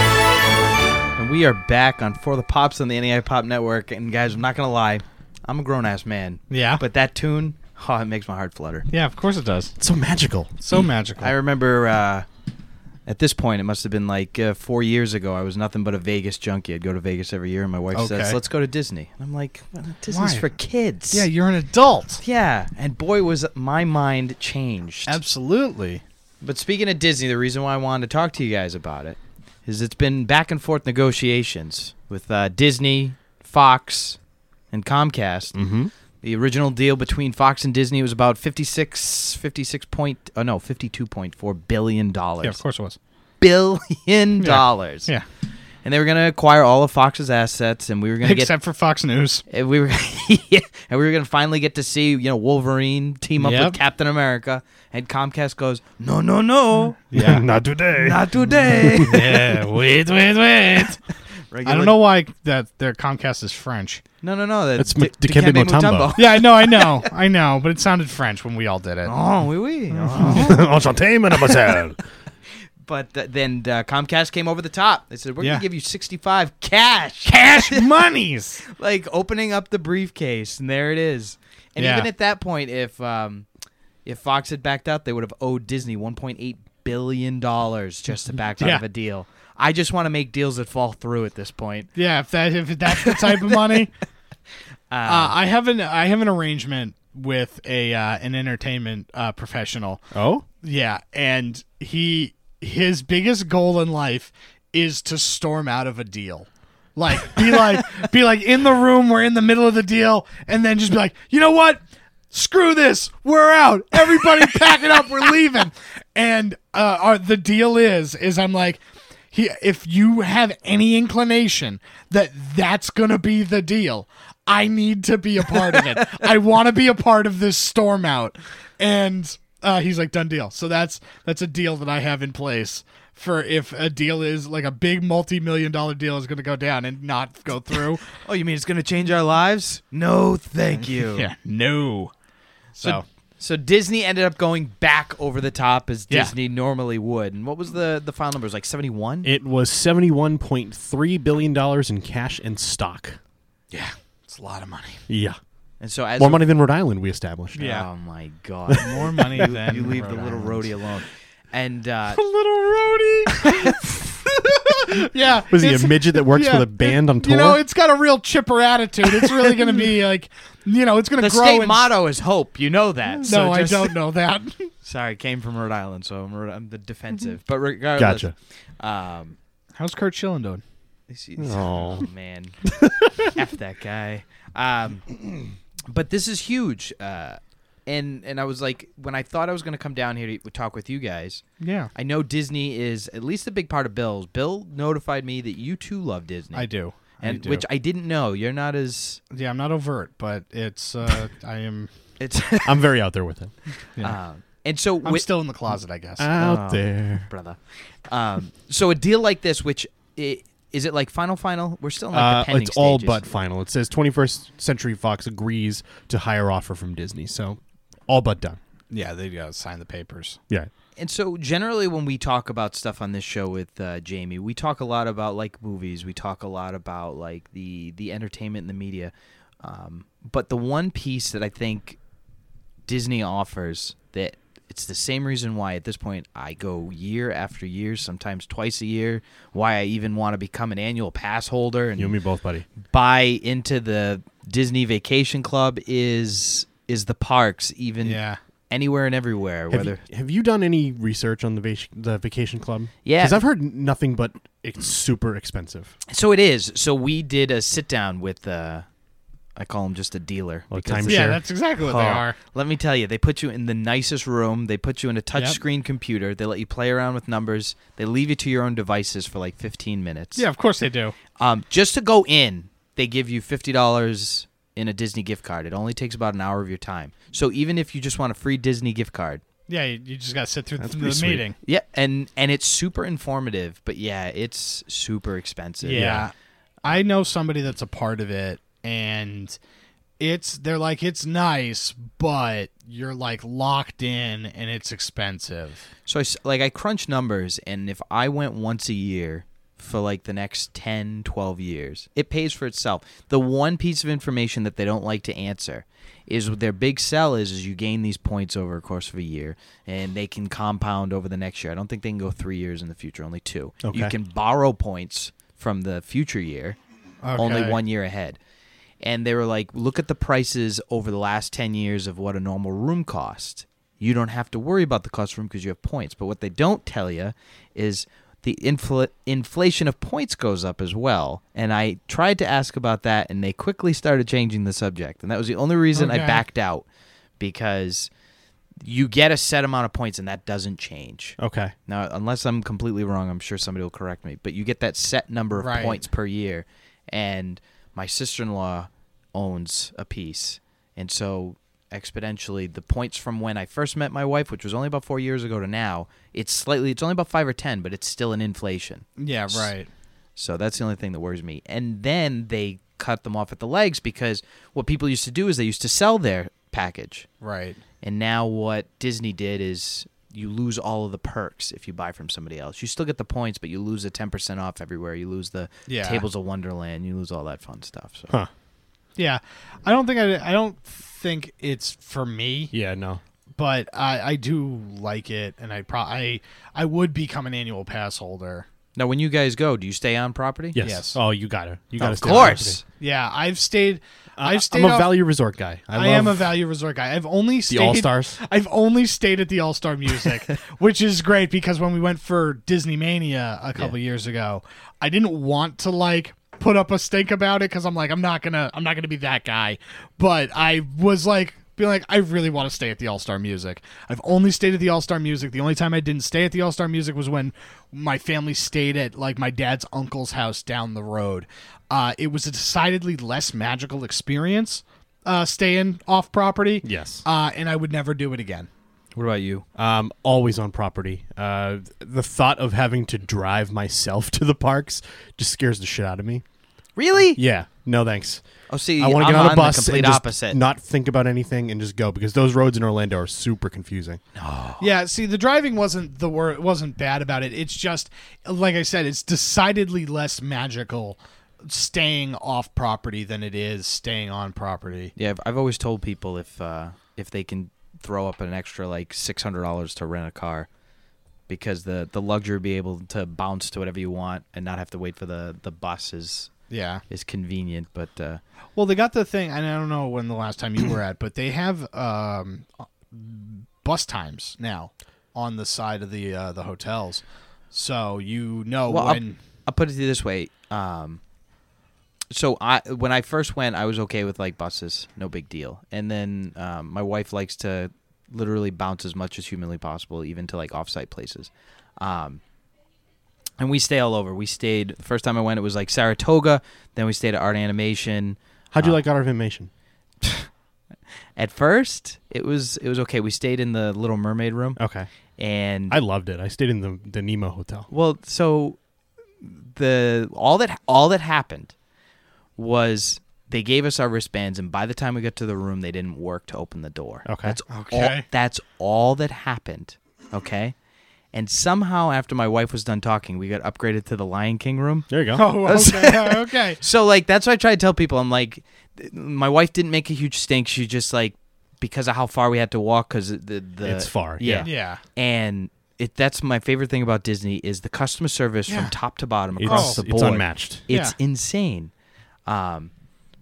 And we are back on For the Pops on the NAI Pop Network. And guys, I'm not gonna lie, I'm a grown ass man.
Yeah.
But that tune, oh, it makes my heart flutter.
Yeah, of course it does.
so magical.
So magical.
I remember uh, at this point, it must have been like uh, four years ago. I was nothing but a Vegas junkie. I'd go to Vegas every year, and my wife
Okay.
says, "Let's go to Disney." And I'm like, well, "Disney's
Why?
for kids."
Yeah, you're an adult.
Yeah, and boy, was my mind changed.
Absolutely.
But speaking of Disney, the reason why I wanted to talk to you guys about it is it's been back and forth negotiations with uh, Disney, Fox, and Comcast. Mm-hmm. The original deal between Fox and Disney was about 56, 56 point, oh no, $52.4 billion.
Yeah, of course it was.
Billion dollars.
Yeah.
And they were going to acquire all of Fox's assets, and we were going to get
Except for Fox News.
and we were yeah, and we were gonna finally get to see you know Wolverine team up
Yep.
with Captain America, and Comcast goes no no no
Yeah.
Not today.
not today.
yeah, wait, wait, wait. I
Regular-
don't know why that their Comcast is French.
No no no. That's
It's Mc- Dikembe Mutombo.
Yeah, I know, I know, I know, but it sounded French when we all did it.
Oh oui oui. Oh.
Mm-hmm.
Enchanté, mademoiselle.
But th- then uh, Comcast came over the top. They said we're
Yeah.
gonna give you sixty five cash,
Cash monies.
like opening up the briefcase, and there it is. And
Yeah.
even at that point, if um, if Fox had backed out, they would have owed Disney one point eight billion dollars just to back out
Yeah.
of a deal. I just want to make deals that fall through at this point.
Yeah, if that if that's the type of money.
Uh,
Uh, I have an I have an arrangement with a uh, an entertainment uh, professional.
oh?
Yeah, and he his biggest goal in life is to storm out of a deal. Like be like be like in the room, we're in the middle of the deal, and then just be like, you know what? Screw this, we're out. Everybody pack it up, we're leaving. And uh, our, the deal is is I'm like, he, if you have any inclination that that's gonna be the deal, I need to be a part of it. I want to be a part of this storm out. And uh, he's like, done deal. So that's that's a deal that I have in place for if a deal is like a big multi-million dollar deal is going to go down and not go through.
oh, you mean it's going to change our lives? No, thank you.
yeah, no.
So,
So-
so Disney ended up going back over the top as
Yeah.
Disney normally would. And what was the the final number? It was like seventy one.
It was $71.3 billion in cash and stock.
Yeah, it's a lot of money.
Yeah.
And so as
More
a-
money than Rhode Island we established.
Oh my god,
More money
You-
than
you leave the
Rhode
little
Island.
roadie alone. And uh,
yeah.
Was he a
it's-
midget that works with a band on
You know,
tour?
it's got a real chipper attitude. It's really going to be like, you know, it's going to
the
grow.
state
and-
motto is hope. You know that.
No,
so
I
just-
don't know that.
Sorry, came from Rhode Island, so I'm, Rhode, I'm the defensive. But regardless,
Gotcha.
Um,
How's Kurt Schilling doing?
Oh man, f that guy. Um, but this is huge. Uh, and and I was like, when I thought I was going to come down here to talk with you guys.
Yeah.
I know Disney is at least a big part of Bill's. Bill notified me that you too love Disney.
I do. I
and
do.
which I didn't know. You're not as
Yeah, I'm not overt, but it's uh, I am.
It's.
I'm very out there with it.
Yeah.
Um, and so
I'm
with-
still in the closet, I guess.
Oh,
Out there.
brother. Um, so a deal like this, which i- is it like final final? We're still in like
Uh,
the pending
it's all
stages.
but final. It says 21st Century Fox agrees to higher offer from Disney. So all but done.
Yeah, they got to sign the papers.
Yeah.
And so, generally, when we talk about stuff on this show with uh, Jamie, we talk a lot about like movies. We talk a lot about like the the entertainment and the media. Um, but the one piece that I think Disney offers that it's the same reason why at this point I go year after year, sometimes twice a year. Why I even want to become an annual pass holder and
You and me both, buddy.
buy into the Disney Vacation Club is is the parks even
Yeah.
anywhere and everywhere.
Have
whether
you, have you done any research on the, vac- the Vacation Club?
Yeah.
Because I've heard nothing but it's super expensive.
So it is. So we did a sit down with uh I call him just a dealer. because-
timeshare. Yeah, that's
exactly what they are.
Let me tell you, they put you in the nicest room. They put you in a touchscreen screen computer. They let you play around with numbers. They leave you to your own devices for like 15 minutes.
Yeah, of course they do.
Um, just to go in, they give you fifty dollars in a Disney gift card. It only takes about an hour of your time. So even if you just want a free Disney gift card,
Yeah, you, you just got to sit through the
pretty sweet.
meeting.
yeah, and and it's super informative. But yeah, it's super expensive.
Yeah. I know somebody that's a part of it and it's they're like it's nice, but you're like locked in and it's expensive.
So I s- like I crunch numbers and if I went once a year for like the next 10, 12 years, it pays for itself. The one piece of information that they don't like to answer is what their big sell is is you gain these points over a course of a year and they can compound over the next year. I don't think they can go 3 years in the future, only 2. You
Okay.
can borrow points from the future year, only
Okay.
one year ahead. And they were like, look at the prices over the last 10 years of what a normal room cost. You don't have to worry about the cost of room because you have points. But what they don't tell you is the infl- inflation of points goes up as well. And I tried to ask about that, and they quickly started changing the subject. And that was the only reason I
Okay.
backed out because you get a set amount of points, and that doesn't change.
Okay.
Now, unless I'm completely wrong, I'm sure somebody will correct me, but you get that set number of
Right.
points per year. And my sister in law owns a piece. And so exponentially, the points from when I first met my wife, which was only about four years ago, to now, it's slightly, it's only about five or 10, but it's still an inflation.
Yeah,
S-
right.
So that's the only thing that worries me. And then they cut them off at the legs because what people used to do is they used to sell their package.
Right.
And now what Disney did is you lose all of the perks if you buy from somebody else. You still get the points, but you lose the 10% off everywhere. You lose the
Yeah.
tables of Wonderland. You lose all that fun stuff. So.
Huh.
Yeah. I don't think I I don't think it's for me.
Yeah, no.
But I I do like it and I pro I I would become an annual pass holder.
Now, when you guys go, do you stay on property?
Yes. Oh, you got to. You got to
Of course.
Yeah, I've stayed.
Uh, I'm
I've stayed.
a
off-
value resort guy. I
I, am a
love-
value resort guy. I've only stayed
All-Stars?
I've only stayed at the All Star Music, which is great because when we went for Disney Mania a couple years ago, I didn't want to like put up a stink about it because I'm like I'm not gonna I'm not gonna be that guy, but I was like. Being like, I really want to stay at the All Star Music. I've only stayed at the All Star Music. The only time I didn't stay at the All Star Music was when my family stayed at like my dad's uncle's house down the road. Uh, it was a decidedly less magical experience uh, staying off property.
Yes.
Uh, and I would never do it again.
What about you?
Um, always on property. Uh, the thought of having to drive myself to the parks just scares the shit out of me.
Really?
Yeah. No thanks.
Oh, see,
I want to
I'm
get on
on
a
the
bus
complete
and just
opposite.
not think about anything and just go because those roads in Orlando are super confusing.
Yeah, see, the driving wasn't the word wasn't bad about it. It's just like I said, it's decidedly less magical staying off property than it is staying on property.
Yeah, I've, I've always told people if uh, if they can throw up an extra like six hundred dollars to rent a car, because the the luxury of being able to bounce to whatever you want and not have to wait for the the bus is
Yeah.
is convenient. But uh,
Well, they got the thing, and I don't know when the last time you were at, but they have um, bus times now on the side of the uh, the hotels, so you know
well, I'll-
when.
I'll, put it to you this way. Um, so I when I first went, I was okay with like buses, no big deal. And then um, my wife likes to literally bounce as much as humanly possible, even to like offsite places. Um, and we stay all over. We stayed the first time I went, it was like Saratoga. Then we stayed at Art Animation.
How'd you
Uh,
like Art of Animation?
At first, it was it was okay. We stayed in the Little Mermaid room.
Okay.
And
I loved it. I stayed in the the Nemo hotel.
Well, so the all that all that happened was they gave us our wristbands, and by the time we got to the room, they didn't work to open the door.
Okay.
That's All,
Okay.
that's all that happened. Okay. And somehow, after my wife was done talking, we got upgraded to the Lion King room.
There you go.
Oh, okay, okay.
So, like, that's what I try to tell people. I'm like, th- my wife didn't make a huge stink. She just like because of how far we had to walk because the, the
It's far, yeah. Yeah.
And it that's my favorite thing about Disney is the customer service
Yeah.
from top to bottom
It's-
across the
it's
board.
unmatched.
It's insane. Um,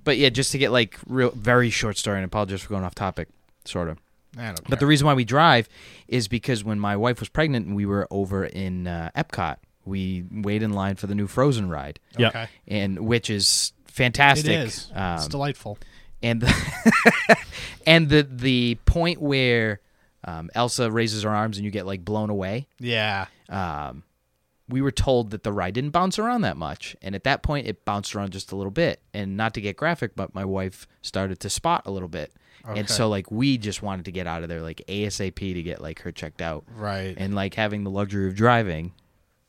but yeah, just to get like real very short story, and I apologize for going off topic, sort of.
I don't
But the reason why we drive is because when my wife was pregnant and we were over in uh, Epcot, we waited in line for the new Frozen ride.
Yep. Okay.
And which is fantastic. Um,
It is. It's delightful.
And the and the the point where um, Elsa raises her arms and you get like blown away.
Yeah.
Um, we were told that the ride didn't bounce around that much, and at that point, it bounced around just a little bit. And not to get graphic, but my wife started to spot a little bit,
Okay.
and so like we just wanted to get out of there like ASAP to get like her checked out,
Right.
And like having the luxury of driving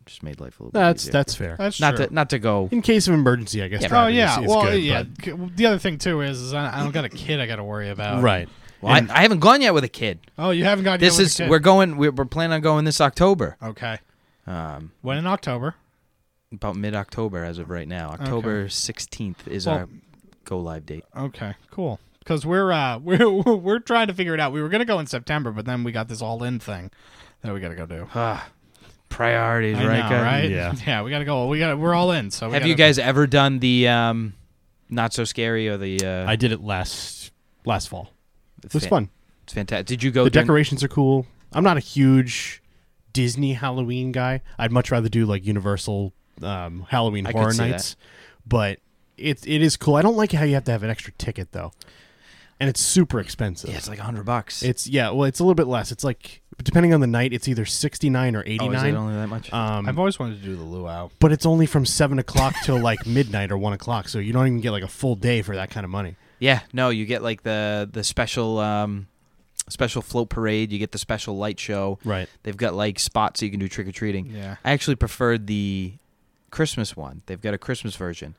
just made life a little.
That's-
bit easier.
that's fair. That's
not
true.
to not to go
In case of emergency, I guess.
oh
driving is-
yeah.
is
well,
good,
yeah.
but-
C- well, The other thing too is, is I, I don't got a kid I got to worry about.
Right.
Well, I, I haven't gone yet with a kid.
Oh, you haven't gone yet
This
with a
is
kid.
we're going. We're, we're planning on going this October.
Okay.
Um,
When in October?
about mid October as of right now.
Okay.
October sixteenth is
Well-
our go live date.
Okay, cool. Because we're uh we're we're trying to figure it out. We were gonna go in September, but then we got this all in thing that we gotta go do.
Priorities,
I know,
right? guys?
right? yeah. We gotta go. We got. We're all in. So we
Have you
gotta-
guys ever done the um, not so scary or the? Uh,
I did it last last fall. It was
fan-
fun.
It's fantastic. Did you go?
The
during-
decorations are cool. I'm not a huge Disney Halloween guy. I'd much rather do like Universal um, Halloween
I could
Horror
see that.
Nights. But it it is cool. I don't like how you have to have an extra ticket though, and it's super expensive.
Yeah, it's like hundred bucks.
It's yeah. Well, it's a little bit less. It's like depending on the night, it's either sixty nine
Oh,
or eighty nine.
only that much?
Um,
I've always wanted to do the luau.
but it's only from seven o'clock till like midnight or one o'clock. So you don't even get like a full day for that kind of money.
Yeah, no, you get like the the special um, special float parade. You get the special light show.
Right.
They've got like spots so you can do trick or treating.
Yeah.
I actually preferred the Christmas one. They've got a Christmas version,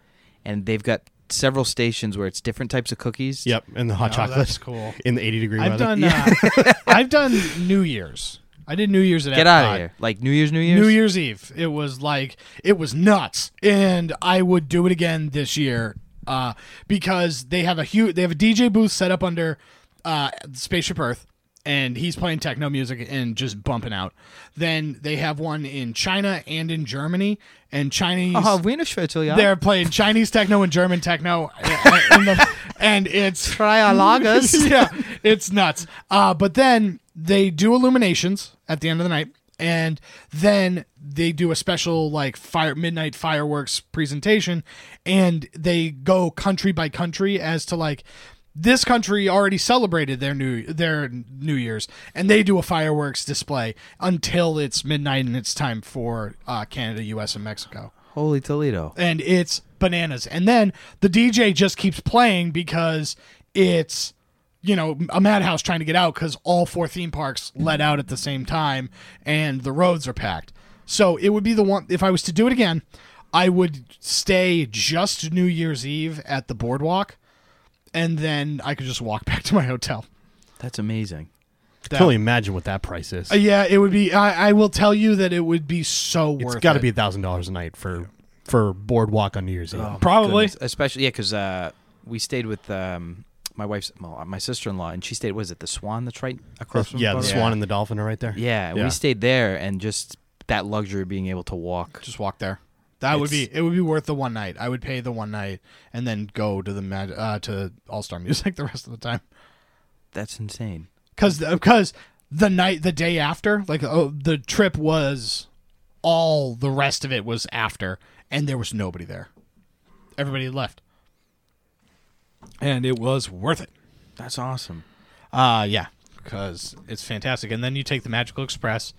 and they've got several stations where it's different types of cookies.
Yep, and the hot
Oh,
chocolate.
that's cool.
In the eighty degree
I've
weather.
done. Uh, I've done New Year's. I did New Year's at
Get
Epcot.
out of here! Like New Year's, New Year's.
New Year's Eve. It was like it was nuts, and I would do it again this year uh, because they have a huge they have a DJ booth set up under uh, Spaceship Earth, and he's playing techno music and just bumping out. Then they have one in China and in Germany, and Chinese.
Oh, Wiener Schnitzel, ja.
They're playing Chinese techno and German techno, uh, in the- and it's
try our lagers.
yeah, it's nuts. Uh, but then they do illuminations at the end of the night, and then they do a special like fire midnight fireworks presentation, and they go country by country as to like this country already celebrated their new their New Year's, and they do a fireworks display until it's midnight and it's time for uh, Canada, U.S., and Mexico
Holy Toledo!
and it's bananas. And then the DJ just keeps playing because it's you know, a madhouse trying to get out because all four theme parks let out at the same time and the roads are packed. So it would be the one, if I was to do it again, I would stay just New Year's Eve at the boardwalk and then I could just walk back to my hotel.
That's amazing.
I can only imagine what that price is.
Uh, yeah, it would be. I, I will tell you that it would be so worth.
it's got to
it.
be thousand dollars a night for for boardwalk on New Year's Eve.
Oh, my goodness. Especially, yeah, because uh, we stayed with um, my wife's, well, my sister in law, and she stayed, was it the Swan that's right across from
yeah, the
Butterfly?
swan and the dolphin are right there.
Yeah, we stayed there and just that luxury of being able to walk.
Just walk there. That would be. It would be worth the one night. I would pay the one night and then go to the mag- uh, to All Star Music the rest of the time.
That's insane.
Because because the night the day after, like oh, the trip was all the rest of it was after, and there was nobody there. Everybody had left, and it was worth it.
That's awesome.
Uh yeah, because it's fantastic. And then you take the Magical Express.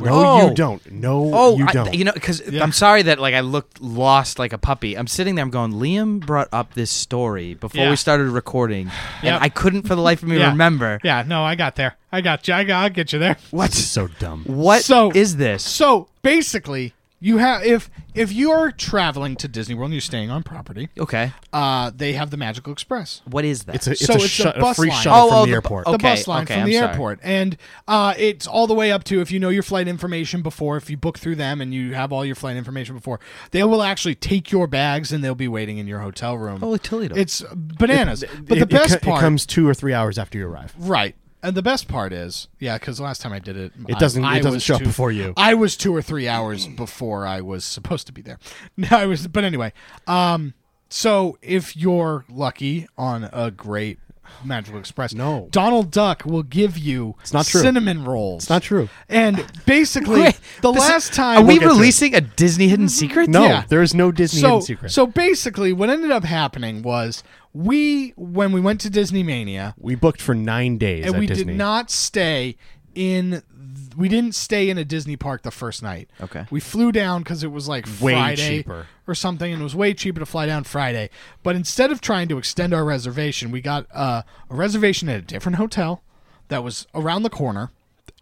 Oh. oh,
I-
I- you know, because I'm sorry that like I looked lost like a puppy. I'm sitting there. I'm going. Liam brought up this story before
Yeah.
we started recording,
Yep.
and I couldn't for the life of me
Yeah.
remember.
Yeah, no, I got there. I got you. I got. I'll get you there.
What?
So dumb.
What is this?
So basically, you have if if you are traveling to Disney World and you're staying on property,
Okay.
uh, they have the Magical Express.
What is that?
It's a- it's
so
a
it's
shu-
the
a
bus
free
line.
shuttle Oh, from oh, the the bu- airport.
The
okay,
bus line
okay,
from
I'm
the
sorry.
airport, and uh, it's all the way up to if you know your flight information before, if you book through them and you have all your flight information before, they will actually take your bags and they'll be waiting in your hotel room.
Oh, Toledo.
It's bananas.
It-
but
it-
the
it co-
best part
it comes two or three hours after you arrive.
Right. And the best part is, yeah, because last time I did it,
It
I-
doesn't- it
I
doesn't
was
show up
two-
before you.
I was two or three hours before I was supposed to be there. No, I was, but anyway. Um, so if you're lucky on a great Magical Express, no, Donald Duck will give you it's
not true.
cinnamon rolls. It's
not true.
And basically,
Wait,
the
this is-
last time
are we releasing a Disney hidden secret?
No, there is no Disney
Mm-hmm. so,
hidden secret.
So basically, what ended up happening was we when we went to Disney Mania,
we booked for nine days
and
at
we
Disney.
did not stay in th- we didn't stay in a Disney park the first night.
Okay.
We flew down because it was like
Way
Friday
cheaper.
or something, and it was way cheaper to fly down Friday. But instead of trying to extend our reservation, we got uh, a reservation at a different hotel that was around the corner,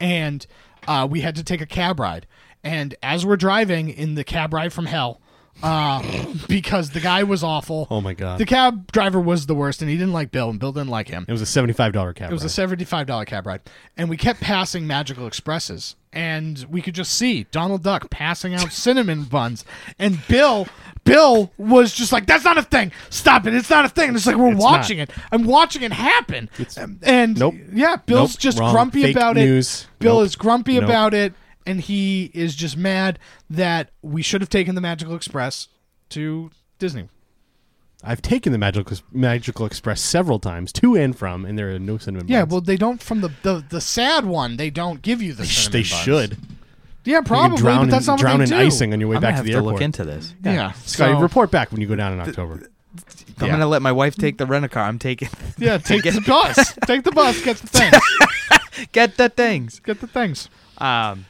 and uh, we had to take a cab ride. And as we're driving in the cab ride from hell, uh, because the guy was awful.
Oh my God.
The cab driver was the worst, and he didn't like Bill, and Bill didn't like him.
It was a seventy-five dollar cab.
It was a seventy-five dollar cab ride, and we kept passing Magical Expresses, and we could just see Donald Duck passing out cinnamon buns, and Bill, Bill was just like, "That's not a thing. Stop it. It's not a thing." And it's like we're
It's
watching it. I'm watching it happen, Um, and yeah, Bill's
Nope.
just
Wrong.
grumpy
Fake
about
news.
it. Bill
Nope.
is grumpy
Nope.
about it, and he is just mad that we should have taken the Magical Express to Disney.
I've taken the Magical Magical Express several times to and from, and there are no cinnamon.
Yeah,
buns.
well, they don't from the, the the sad one. They don't give you the. cinnamon
they
buns.
should.
Yeah, probably.
You can drown
but that's
in,
not
drown
what they
in
do.
icing on your way
I'm
back
gonna
to the
have to
airport.
look into this.
Yeah.
Scotty,
So-
report back when you go down in October.
I'm
Yeah.
gonna let my wife take the rent a car. I'm taking.
Yeah, take
Get-
the bus. take the bus. Get the thing.
Get the things.
Get the things.
Um,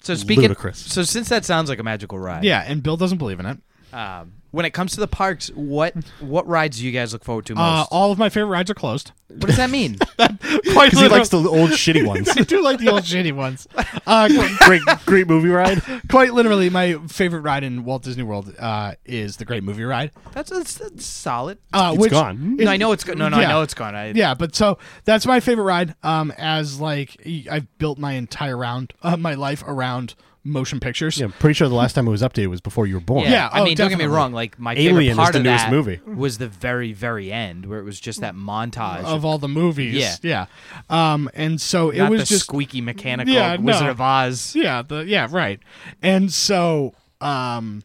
so speaking.
Ludicrous.
So since that sounds like a magical ride.
Yeah, and Bill doesn't believe in it.
Um, when it comes to the parks, what what rides do you guys look forward to most?
Uh, all of my favorite rides are closed.
what does that mean?
Quite
Because he
literally-
likes the old shitty ones.
I do like the old shitty ones. Uh,
great, great movie ride.
quite literally, my favorite ride in Walt Disney World uh, is the Great Movie Ride.
that's, that's, that's solid.
Uh,
It's
which
gone.
No, I know it's go- no, no, I know it's gone. I-
yeah, but so that's my favorite ride. Um, as like y- I've built my entire round, uh, my life around motion pictures.
Yeah, I'm pretty sure the last time it was updated was before you were born.
Yeah, I
oh,
mean, don't get me
definitely.
wrong. Like my favorite
Alien
part
is the
of
newest
that
movie.
was the very, very end where it was just that montage
of all the movies.
Yeah.
yeah. Um, and so it
Not
was
the
just
squeaky mechanical Wizard of Oz.
Yeah, the yeah, right. And so, um,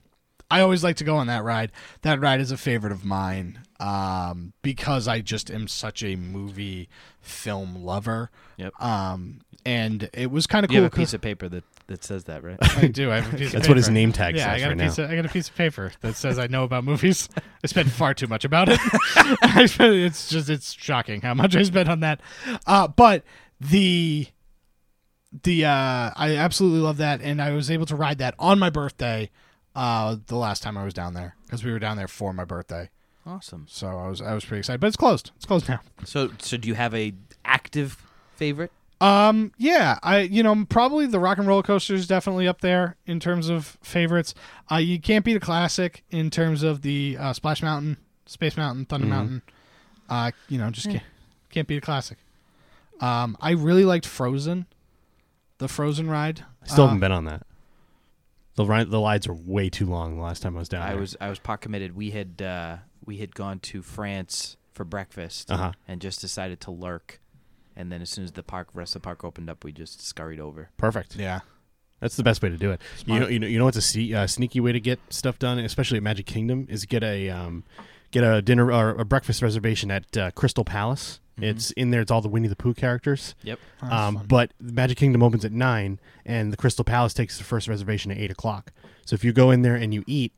I always like to go on that ride. That ride is a favorite of mine, um, because I just am such a movie film lover.
Yep.
Um, and it was kind of cool.
You have a
'cause-
piece of paper that, that says that, right?
I do. I have a piece of
That's what his
paper.
name tag
yeah, I
says
got
right
a piece
now.
Of, I got a piece of paper that says I know about movies. I spent far too much about it. I spent, it's just it's shocking how much I spent on that. Uh, but the the uh, I absolutely love that, and I was able to ride that on my birthday. Uh, the last time I was down there because we were down there for my birthday.
Awesome.
So I was I was pretty excited, but it's closed. It's closed now.
So, so do you have a active favorite?
Um, yeah, I you know probably the Rock and Roller Coaster is definitely up there in terms of favorites. Uh, you can't beat a classic in terms of the uh, Splash Mountain, Space Mountain, Thunder
Mhm.
Mountain. Uh, you know, just
Eh.
can't, can't beat a classic. Um, I really liked Frozen, the Frozen ride.
I still
Uh,
haven't been on that. The ri- the rides are way too long. The last time I was down
I
there.
was I was pot committed. We had uh, we had gone to France for breakfast
Uh-huh.
and just decided to lurk, and then as soon as the park rest of the park opened up, we just scurried over.
Perfect.
Yeah.
That's the best way to do it. You
Smart.
know, you know, you know what's a se- uh, sneaky way to get stuff done, especially at Magic Kingdom, is get a um, get a dinner or a breakfast reservation at uh, Crystal Palace. It's in there. It's all the Winnie the Pooh characters.
Yep. Oh, that's
Um, but the Magic Kingdom opens at nine, and the Crystal Palace takes the first reservation at eight o'clock. So if you go in there and you eat,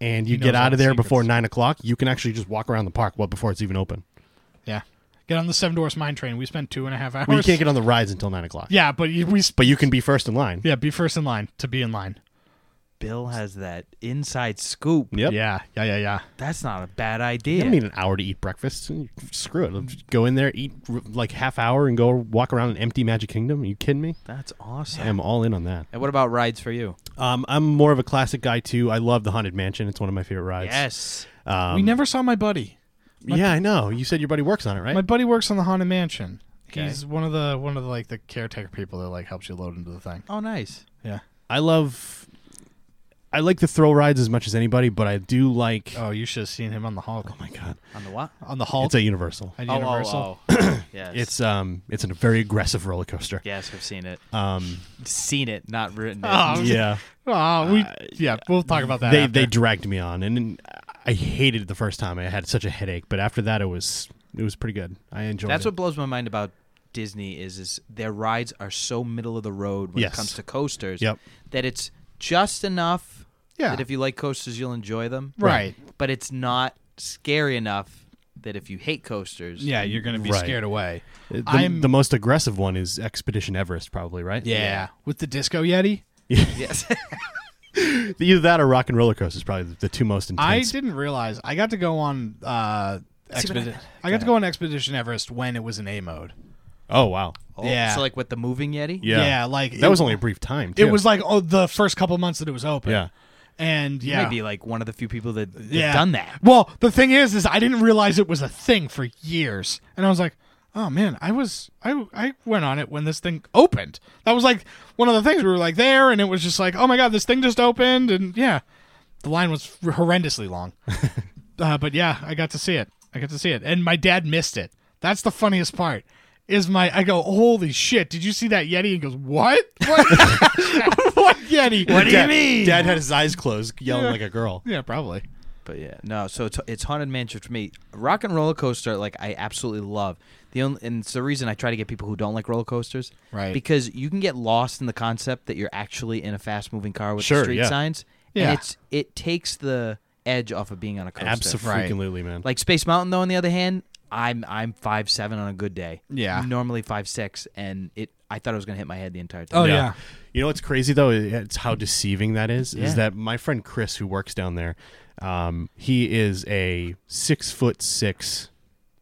and
He
you get
knows all
out of
the
there before nine o'clock, you can actually just walk around the park well before it's even open.
Yeah, get on the Seven Dwarfs Mine Train. We spent two and a half hours.
Well, you can't get on the rides until nine o'clock.
Yeah, but you, we
But you can be first in line.
yeah be first in line to be in line.
Bill has that inside scoop.
Yep.
Yeah, yeah, yeah, yeah.
That's not a bad
You
idea.
don't need an hour to eat breakfast. Screw it. I'll just go in there, eat r- like half hour, and go walk around an empty Magic Kingdom. Are you kidding me?
That's awesome.
I'm all in on that.
and what about rides for you?
Um, I'm more of a classic guy too. I love the Haunted Mansion. It's one of my favorite rides.
Yes.
Um,
we never saw my buddy. my-
yeah, I know. You said your buddy works on it, right?
My buddy works on the haunted mansion.
Okay.
He's one of the one of the, like the caretaker people that like helps you load into the thing.
Oh, nice.
Yeah.
I love. I like the thrill rides as much as anybody, but I do like.
Oh, you should have seen him on the Hulk. Oh
my god.
On the what?
On the Hulk.
It's at Universal.
At
Oh, oh,
Universal.
oh. Yes.
Oh, It's um, it's a very aggressive roller coaster.
Yes, I've seen it.
Um,
Seen it, not written it.
Oh,
Yeah.
Oh, we yeah, we'll talk about that.
they
after.
they dragged me on, and, and I hated it the first time. I had such a headache, but after that, it was it was pretty good. I enjoyed.
That's
it.
what blows my mind about Disney is is their rides are so middle of the road when
Yes.
it comes to coasters
Yep.
that it's just enough
Yeah.
that if you like coasters you'll enjoy them.
Right.
But it's not scary enough that if you hate coasters
Yeah, you're gonna be
Right.
scared away.
Uh, The,
I'm
the most aggressive one is Expedition Everest, probably right.
yeah. with the disco yeti.
yes.
Either that or Rock and Roller Coaster is probably the, the two most
I
intense.
didn't realize I got to go on uh expedition. I got to go on expedition Everest when it was in A mode.
oh wow.
Oh,
yeah.
So like with the moving yeti?
Yeah.
Yeah, like
That
it-
was only a brief time, too.
It was like oh, the first couple months that it was open.
Yeah.
and
You
yeah,
might be like one of the few people that that
yeah.
done that.
Well, the thing is, is I didn't realize it was a thing for years, and I was like, oh man, I was I I went on it when this thing opened. That was like one of the things we were like there, and it was just like, oh my god, this thing just opened, and yeah, the line was horrendously long, uh, but yeah, I got to see it. I got to see it, and my dad missed it. That's the funniest part. Is my I go holy shit? Did you see that Yeti? He goes what? What, what Yeti?
What do you Dad- mean? Dad had his eyes closed, yelling like a girl.
Yeah, probably.
But yeah, no. So it's, it's haunted mansion for me. Rock and roller coaster, like I absolutely love. The only and it's the reason I try to get people who don't like roller coasters,
Right.
Because you can get lost in the concept that you're actually in a fast moving car with the
Sure,
street
yeah.
signs.
Yeah.
And it's it takes the edge off of being on a coaster.
Abso-freaking-lutely, man.
Like Space Mountain, though, on the other hand, I'm I'm five seven on a good day.
Yeah.
Normally five six, and it I thought it was gonna hit my head the entire time.
Oh yeah. You know what's crazy though? It's how deceiving that is.
Yeah.
Is that my friend Chris who works down there? Um, he is a six foot six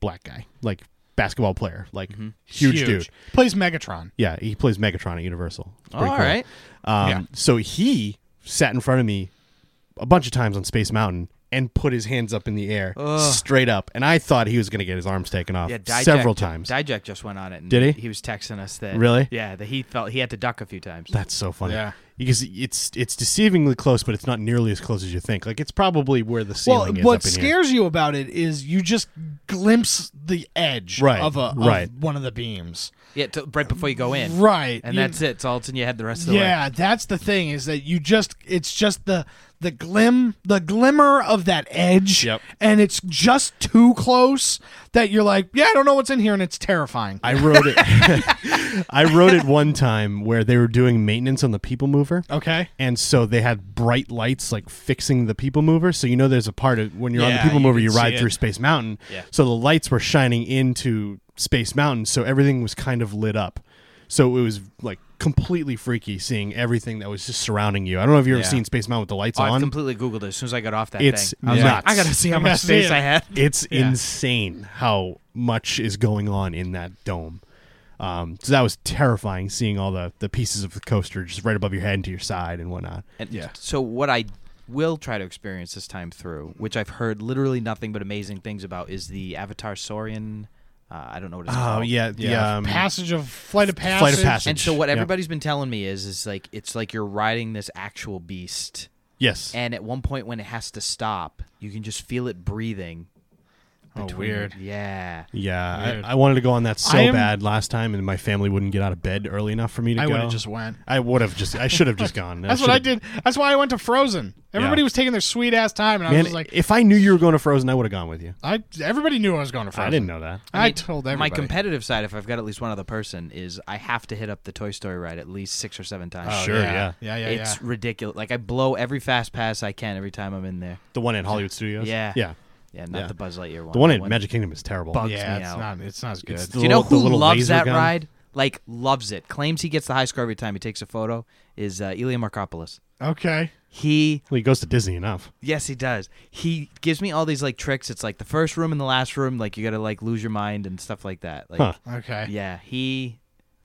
black guy, like basketball player, like
Mm-hmm.
huge, dude.
Plays Megatron.
Yeah, he plays Megatron at Universal. It's pretty
All
cool.
right.
Um,
Yeah.
So he sat in front of me a bunch of times on Space Mountain and put his hands up in the air,
Ugh.
straight up, and I thought he was going to get his arms taken off
Yeah, Dijak,
several times.
Dijak just went on it. And
Did he?
He was texting us that.
Really?
Yeah, that he felt he had to duck a few times.
That's so funny.
Yeah.
Because it's it's deceivingly close, but it's not nearly as close as you think. Like it's probably where the ceiling
well,
is.
what
up in here.
scares you about it is you just glimpse the edge
Right,
of a of
right.
one of the beams.
Yeah, to, right before you go in.
Right,
And
you-
that's it. It's all it's in your head the rest of the way.
yeah, that's the thing is that you just it's just the the glim the glimmer of that edge, and it's just too close that you're like, yeah, I don't know what's in here, and it's terrifying.
I wrote it. I wrote it one time where they were doing maintenance on the people mover.
Okay.
And so they had bright lights like fixing the people mover. So you know there's a part of when you're on the
Yeah,
people
you
mover,
can
you
see
ride
it.
through Space Mountain.
Yeah.
So the lights were shining into Space Mountain. So everything was kind of lit up. So it was like completely freaky seeing everything that was just surrounding you. I don't know if you've ever
Yeah.
seen Space Mountain with the lights
Oh,
on.
I've completely Googled it as soon as I got off that
it's
thing. I was
nuts.
like, I gotta see how much space I had.
It's
Yeah.
insane how much is going on in that dome. Um, so that was terrifying seeing all the, the pieces of the coaster just right above your head and to your side and whatnot.
And yeah. So what I will try to experience this time through, which I've heard literally nothing but amazing things about, is the Avatar Saurian. Uh, I don't know what it's
Oh,
called.
yeah, the, Yeah. um,
Passage of- Flight of
Flight of Passage. Passage,
And so what
yeah.
everybody's been telling me is, is like it's like you're riding this actual beast.
Yes.
And at one point when it has to stop, you can just feel it breathing.
Oh,
between-
weird.
Yeah.
Yeah,
Weird.
I, I wanted to go on that so
I am-
bad last time, and my family wouldn't get out of bed early enough for me to
I
go.
would've just went.
I would have just. I should have just gone.
That's what I
should've-
did. That's why I went to Frozen. Everybody was taking their sweet ass time, and I
Man,
was just like,
if I knew you were going to Frozen, I would have gone with you.
I everybody knew I was going to Frozen.
I didn't know that.
I,
mean,
told
My
everybody.
competitive side, if I've got at least one other person, is I have to hit up the Toy Story ride at least six or seven times.
Oh, Sure, yeah. yeah. Yeah, yeah,
It's
yeah.
ridiculous. Like I blow every fast pass I can every time I'm in there.
The one at Hollywood Studios?
Yeah.
Yeah.
Yeah, not
Yeah.
the Buzz Lightyear one.
The one at Magic Kingdom is terrible.
bugs
Yeah,
me
it's
out.
not- it's not as good. It's the
Do you know
little- the
who
little
loves
laser
that
gun.
ride? Like loves it. Claims he gets the high score every time he takes a photo. Is uh, Ilya Markopoulos.
Okay.
He
well, he goes to Disney enough.
Yes, he does. He gives me all these like tricks. It's like the first room and the last room. Like you got to like lose your mind and stuff like that. Like
Huh.
Okay.
Yeah, he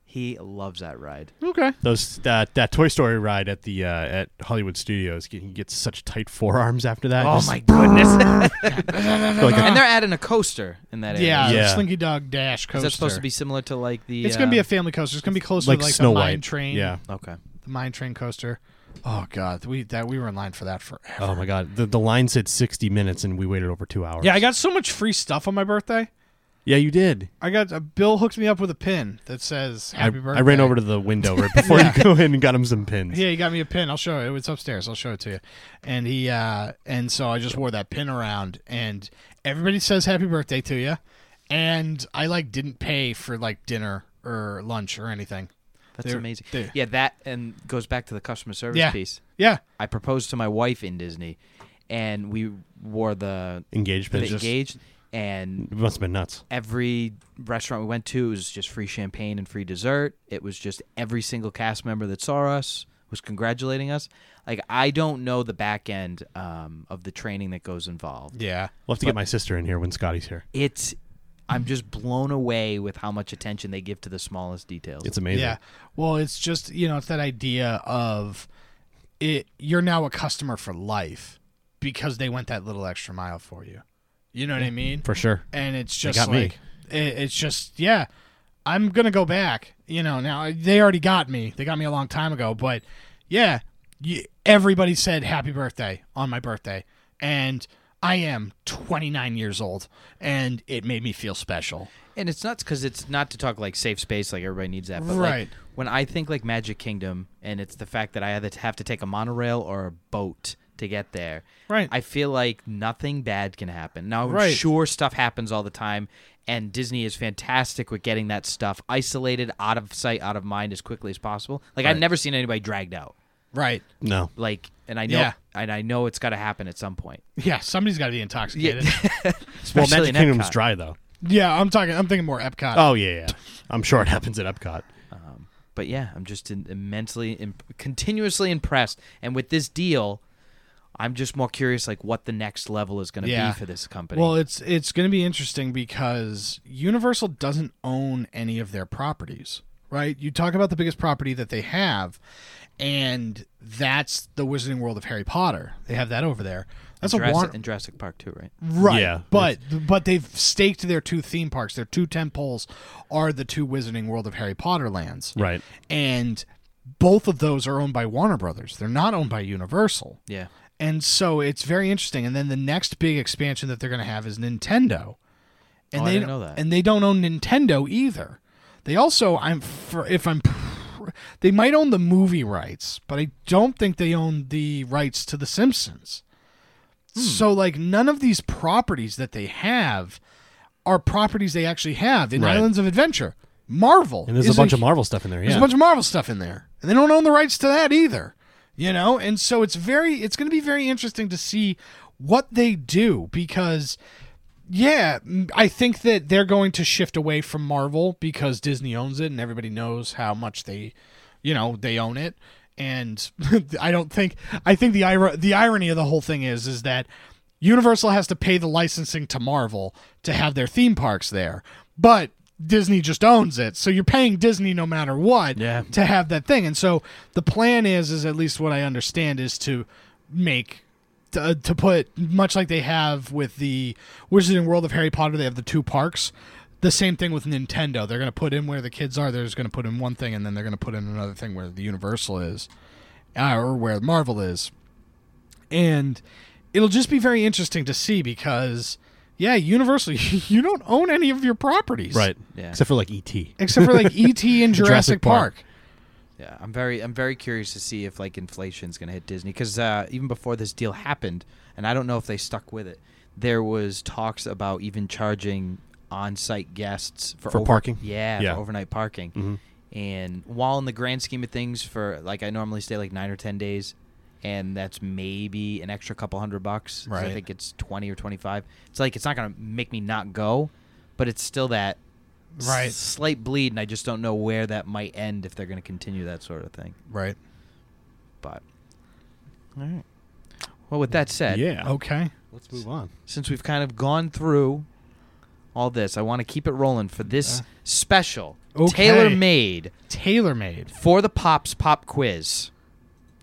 he loves that ride.
Okay.
Those that that Toy Story ride at the uh, at Hollywood Studios, he gets such tight forearms after that.
Oh
Just-
my goodness!
Like a-
and they're adding a coaster in that area.
Yeah,
Yeah.
the Slinky Dog Dash coaster.
Is that supposed to be similar to like the?
It's gonna be
uh,
a family coaster. It's gonna be close
like
to like
Snow
the Mine
White.
Train.
Yeah.
Okay.
The Mine Train coaster. Oh god, we that we were in line for that forever.
Oh my god, the the line said sixty minutes, and we waited over two hours.
Yeah, I got so much free stuff on my birthday.
yeah, you did.
I got uh, Bill hooked me up with a pin that says
I,
"Happy Birthday."
I ran over to the window right before you go in and got him some pins.
Yeah, he got me a pin. I'll show it. It's upstairs. I'll show it to you. And he uh and so I just wore that pin around and everybody says happy birthday to you. And I like didn't pay for like dinner or lunch or anything.
That's
They're-
amazing.
they-
Yeah, that and goes back to the customer service
Yeah.
piece.
Yeah.
I proposed to my wife in Disney, and we wore the
Engaged
the
pictures.
engaged, and
It must have been nuts.
every restaurant we went to was just free champagne and free dessert. It was just every single cast member that saw us was congratulating us. Like I don't know the back end um, of the training that goes involved.
Yeah,
we'll have to get my sister in here when Scotty's here.
It's I'm just blown away with how much attention they give to the smallest details.
It's amazing.
Yeah. Well, it's just, you know, it's that idea of it you're now a customer for life because they went that little extra mile for you. You know what I mean?
For sure.
And it's
They
just
got me.
like it- it's just yeah, I'm going to go back, you know. Now they already got me. They got me a long time ago, but yeah, y everybody said happy birthday on my birthday and I am 29 years old and it made me feel special.
And it's nuts because it's not to talk like safe space, like everybody needs that. But
Right.
Like, when I think like Magic Kingdom, and it's the fact that I either have to take a monorail or a boat to get there.
Right.
I feel like nothing bad can happen. Now I'm
Right.
sure stuff happens all the time, and Disney is fantastic with getting that stuff isolated, out of sight, out of mind as quickly as possible. Like I've
Right.
never seen anybody dragged out.
Right.
No.
Like, and I know,
Yeah.
and I know it's got to happen at some point.
Yeah, somebody's got to be intoxicated.
Well,
Especially
Magic
in
Kingdom's
Epcot.
dry though.
Yeah, I'm talking. I'm thinking more Epcot.
Oh yeah, yeah. I'm sure it happens at Epcot.
Um, but yeah, I'm just in, immensely, imp- continuously impressed. And with this deal, I'm just more curious, like what the next level is going to be for this company.
Well, it's it's going to be interesting because Universal doesn't own any of their properties, right? You talk about the biggest property that they have, and that's the Wizarding World of Harry Potter. They have that over there. That's
and
a
Jurassic,
one.
and Jurassic Park too, right?
Mm.
Right. But but they've staked their two theme parks. Their two tent poles are the two Wizarding World of Harry Potter lands.
Right.
And both of those are owned by Warner Brothers. They're not owned by Universal.
Yeah.
And so it's very interesting. And then the next big expansion that they're going to have is Nintendo. And
Oh, I
they
didn't
don't-
know that.
And they don't own Nintendo either. They also, I'm for if I'm, pr- they might own the movie rights, but I don't think they own the rights to The Simpsons.
Hmm.
So like none of these properties that they have are properties they actually have in
Right.
Islands of Adventure. Marvel.
And there's
is
a bunch of Marvel stuff in there. Yeah.
There's a bunch of Marvel stuff in there. And they don't own the rights to that either. You know? And so it's very it's gonna be very interesting to see what they do because Yeah, m- I think that they're going to shift away from Marvel because Disney owns it and everybody knows how much they, you know, they own it. And I don't think I think the ir- the irony of the whole thing is is that Universal has to pay the licensing to Marvel to have their theme parks there, but Disney just owns it. So you're paying Disney no matter what to have that thing. And so the plan is is at least what I understand is to make to, uh, to put much like they have with the Wizarding World of Harry Potter, they have the two parks. The same thing with Nintendo. They're going to put in where the kids are. They're just going to put in one thing, and then they're going to put in another thing where the Universal is, uh, or where Marvel is. And it'll just be very interesting to see because, yeah, Universal, you don't own any of your properties,
Right. Except for like E E.T.
Except for like ET and Jurassic, Park.
Yeah, I'm very I'm very curious to see if like inflation's going to hit Disney because uh, even before this deal happened, and I don't know if they stuck with it, there was talks about even charging on-site guests for,
For parking?
Yeah,
Yeah.
for overnight parking.
Mm-hmm.
Mhm.
And while in the grand scheme of things, for like I normally stay like nine or ten days, and that's maybe an extra couple hundred bucks. 'cause
Right.
I think it's twenty or twenty-five. It's like it's not going to make me not go, but it's still that s-
Right.
slight bleed, and I just don't know where that might end if they're going to continue that sort of thing.
Right.
But all right. Well, with that said,
Yeah.
Okay.
Let's move on.
Since we've kind of gone through all this, I want to keep it rolling for this
Yeah.
special
Uh. Okay.
tailor made
Tailor made.
for the Pops Pop Quiz.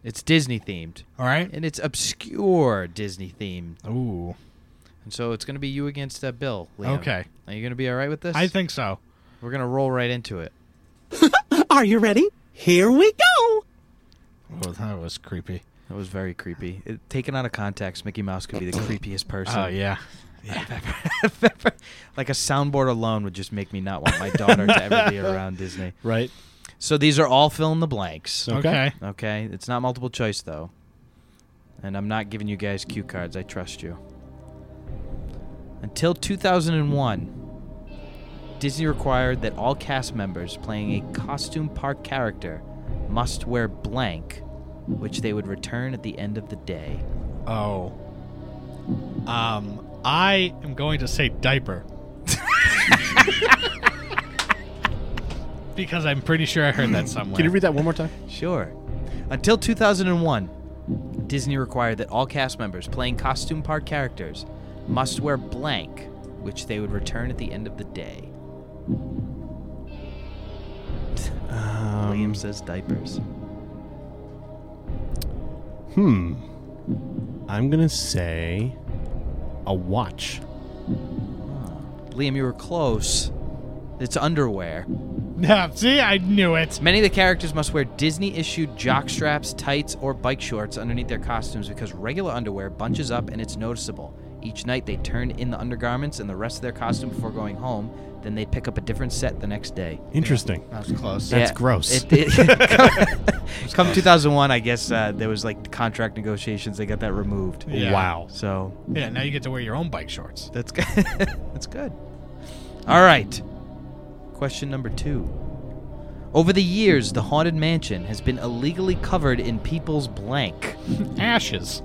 It's Disney themed.
All right.
And it's obscure Disney themed.
Ooh.
And so it's going to be you against uh, Bill. Liam.
Okay.
Are you going to be all right with this?
I think so.
We're going to roll right into it.
Are you ready? Here we go.
Oh, that was creepy.
That was very creepy. It, taken out of context, Mickey Mouse could be the creepiest person.
Oh, yeah.
like a soundboard alone would just make me not want my daughter to ever be around Disney.
Right.
So these are all fill in the blanks.
Okay.
Okay. It's not multiple choice though. And I'm not giving you guys cue cards. I trust you. Until 2001, Disney required that all cast members playing a costume park character must wear blank, which they would return at the end of the day.
Oh. Um, I am going to say diaper. because I'm pretty sure I heard that somewhere.
Can you read that one more time?
Sure. Until 2001, Disney required that all cast members playing costume park characters must wear blank, which they would return at the end of the day. Liam says diapers.
Hmm. I'm gonna say a watch.
Liam, you were close. It's underwear.
Yeah, see, I knew it.
Many of the characters must wear Disney issued jock straps, tights, or bike shorts underneath their costumes because regular underwear bunches up and it's noticeable. Each night they turn in the undergarments and the rest of their costume before going home. Then they pick up a different set the next day.
Interesting.
That was close.
That's
Yeah,
gross.
it- it- come 2001, I guess uh, there was like contract negotiations. They got that removed.
Yeah. Wow.
So
Yeah, now you get to wear your own bike shorts.
That's good. That's good. All right. Question number two. Over the years, the Haunted Mansion has been illegally covered in people's blank.
Ashes.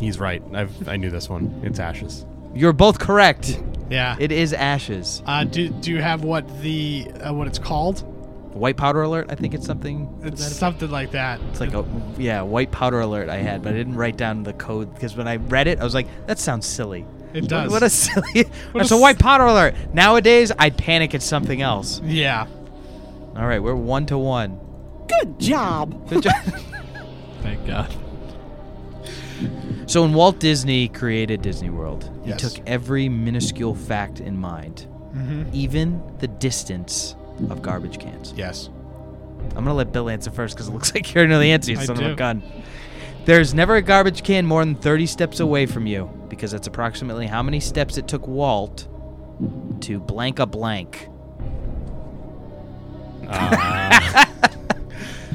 He's right. I've, I knew this one. It's ashes.
You're both correct.
Yeah.
It is ashes.
Uh, do do you have what the uh, what it's called?
White powder alert, I think it's something.
It's something like that.
It's like a, yeah, white powder alert I had, but I didn't write down the code because when I read it, I was like, that sounds silly.
It
What-
does.
What a silly.
What a
It's a
s-
white powder alert. Nowadays, I'd panic at something else.
Yeah.
All right, we're one to one.
Good job.
Good job.
Thank God.
So when Walt Disney created Disney World,
Yes.
he took every minuscule fact in mind,
Mm-hmm.
Mhm.
even the distance of garbage cans.
Yes.
I'm gonna let Bill answer first because it looks like you already know the answer, you
I
son of
do.
a gun. There's never a garbage can more than 30 steps away from you because that's approximately how many steps it took Walt to blank a blank.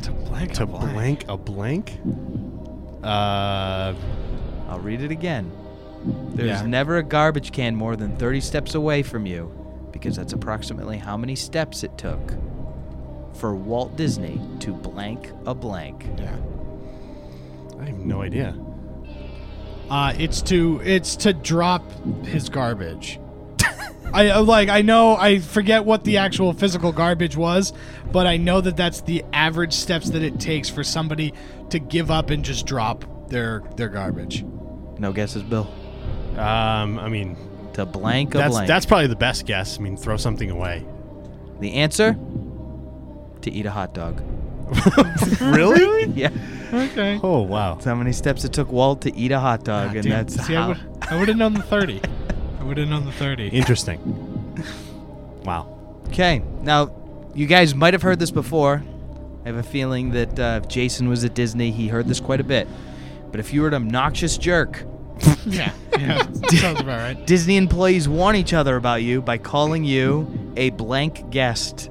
to blank to a blank. a blank. Uh,
I'll read it again. There's
Yeah.
never a garbage can more than 30 steps away from you because that's approximately how many steps it took for Walt Disney to blank a blank.
Yeah.
I have no idea.
Uh, it's to it's to drop his garbage. I uh, like I know I forget what the actual physical garbage was, but I know that that's the average steps that it takes for somebody to give up and just drop their their garbage.
No guesses, Bill.
Um, I mean,
to blank a
that's,
blank.
That's probably the best guess. I mean, throw something away.
The answer? To eat a hot dog.
really?
yeah.
Okay.
Oh wow.
That's how many steps it took Walt to eat a hot dog, and
Dude,
that's
see, I
how.
would I would have known the thirty. I would have known the thirty.
Interesting. wow.
Okay, now you guys might have heard this before. I have a feeling that uh, if Jason was at Disney, he heard this quite a bit. But if you were an obnoxious jerk,
Yeah, yeah, sounds about right.
Disney employees warn each other about you by calling you a blank guest.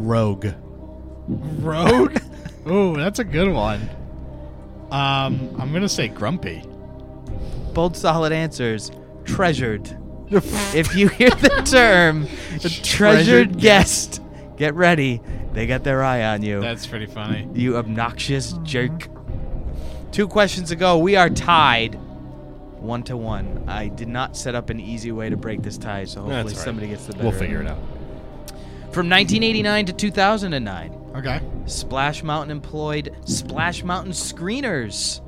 Rogue.
Rogue. Ooh, that's a good one. Um, I'm gonna say grumpy.
Both solid answers. Treasured. if you hear the term treasured,
Treasured
guest, get ready. They got their eye on you.
That's pretty funny.
You obnoxious jerk. Two questions ago, we are tied one to one. I did not set up an easy way to break this tie, so
That's
hopefully
all right.
somebody gets the better.
We'll
of
figure it out.
From 1989 to 2009,
Okay.
Splash Mountain employed Splash Mountain screeners,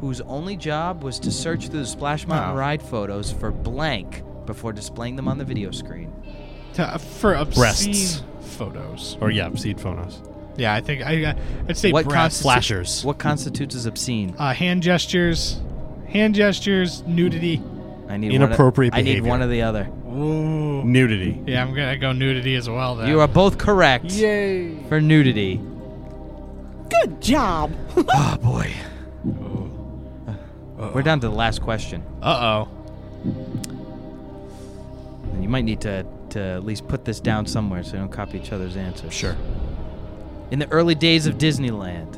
whose only job was to search through the Splash Mountain
Oh.
ride photos for blank before displaying them on the video screen.
To, for obscene
Breasts.
photos.
Or yeah, seed phonos.
Yeah, I think I uh, I'd say
what
breasts.
constitutes- What constitutes as obscene?
uh, hand gestures, hand gestures, nudity.
I need
Inappropriate
One of, I need
behavior.
one or the other.
Ooh.
Nudity.
Yeah, I'm gonna go nudity as well. Then
You are both correct
Yay.
for nudity.
Good job.
Oh boy.
Oh.
We're down to the last question.
Uh
And you might need to, to at least put this down somewhere so you don't copy each other's answers. Sure. In the early days of Disneyland,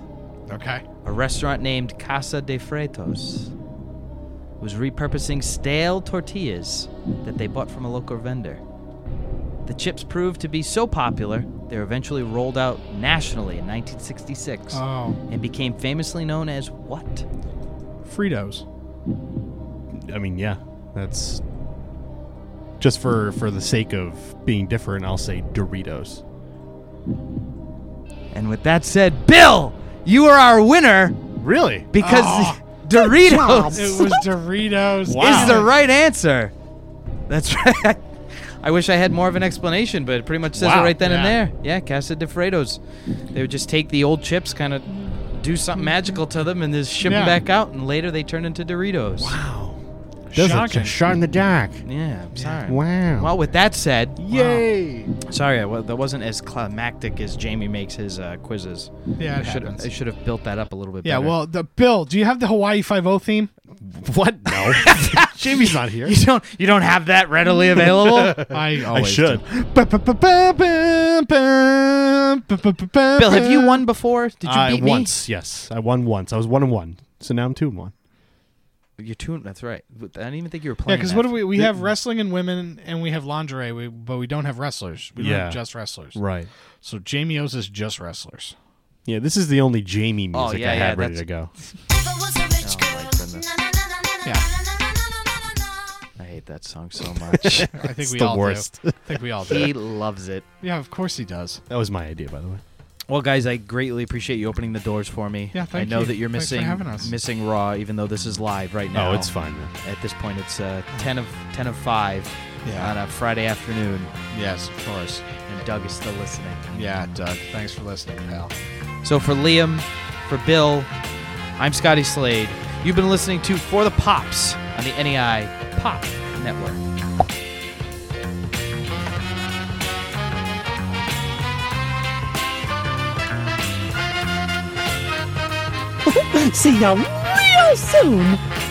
oh. Okay.
a restaurant named Casa de Freitos was repurposing stale tortillas that they bought from a local vendor. The chips proved to be so popular, they were eventually rolled out nationally in 1966
Oh.
and became famously known as what?
Fritos.
I mean, yeah, that's just for for the sake of being different. I'll say Doritos.
And with that said, Bill, you are our winner
Really?
because
Oh,
Doritos
It was Doritos.
is the right answer. That's right. I wish I had more of an explanation, but it pretty much says it
Wow.
right then
Yeah.
and there. Yeah, Casa de Fredos. They would just take the old chips, kind of do something magical to them, and just ship
Yeah.
them back out, and later they turn into Doritos. Wow.
Those are
Shocking.
just shot in the dark.
Yeah, I'm sorry.
Wow.
Well, with that said,
Yay.
sorry, I, wa- that wasn't as climactic as Jamie makes his uh, quizzes.
Yeah, it
I should,
happens.
I should have built that up a little bit
Yeah.
better.
Well, the Bill. Do you have the Hawaii Five O theme?
what? No. Jamie's not here.
You don't you don't have that readily available?
I
I
always
should.
Bill,
Bill,
have you won before? Did you
I
beat
once, yes, I won once. I was one and one. So now I'm two and one.
me? You're two. That's right. I didn't even think you were
Yeah,
playing.
because
that.
what do we? We have wrestling and women, and we have lingerie, we, but we don't have wrestlers. We don't
Yeah.
have just wrestlers.
Right.
So Jamie O's is just wrestlers.
Yeah, this is the only Jamie
Oh,
music
yeah,
I
yeah,
had ready
that's-
to go.
I hate that song so much.
I think
It's
we
the
all
worst.
do. I think we all do.
he loves it.
Yeah, of course he does.
That was my idea, by the way.
Well, guys, I greatly appreciate you opening the doors for me.
Yeah,
I
thank
know
you.
that you're
Thanks for
missing
having us.
missing Raw, even though this is live right now.
Oh, it's fine. Man.
At this point, it's uh, ten of ten of five
Yeah.
on a Friday afternoon,
Yes, of course.
and Doug is still listening.
Yeah, Doug. Thanks for listening, pal.
So for Liam, for Bill, I'm Scotty Slade. You've been listening to For the Pops on the NEI Pop Network.
See ya real soon.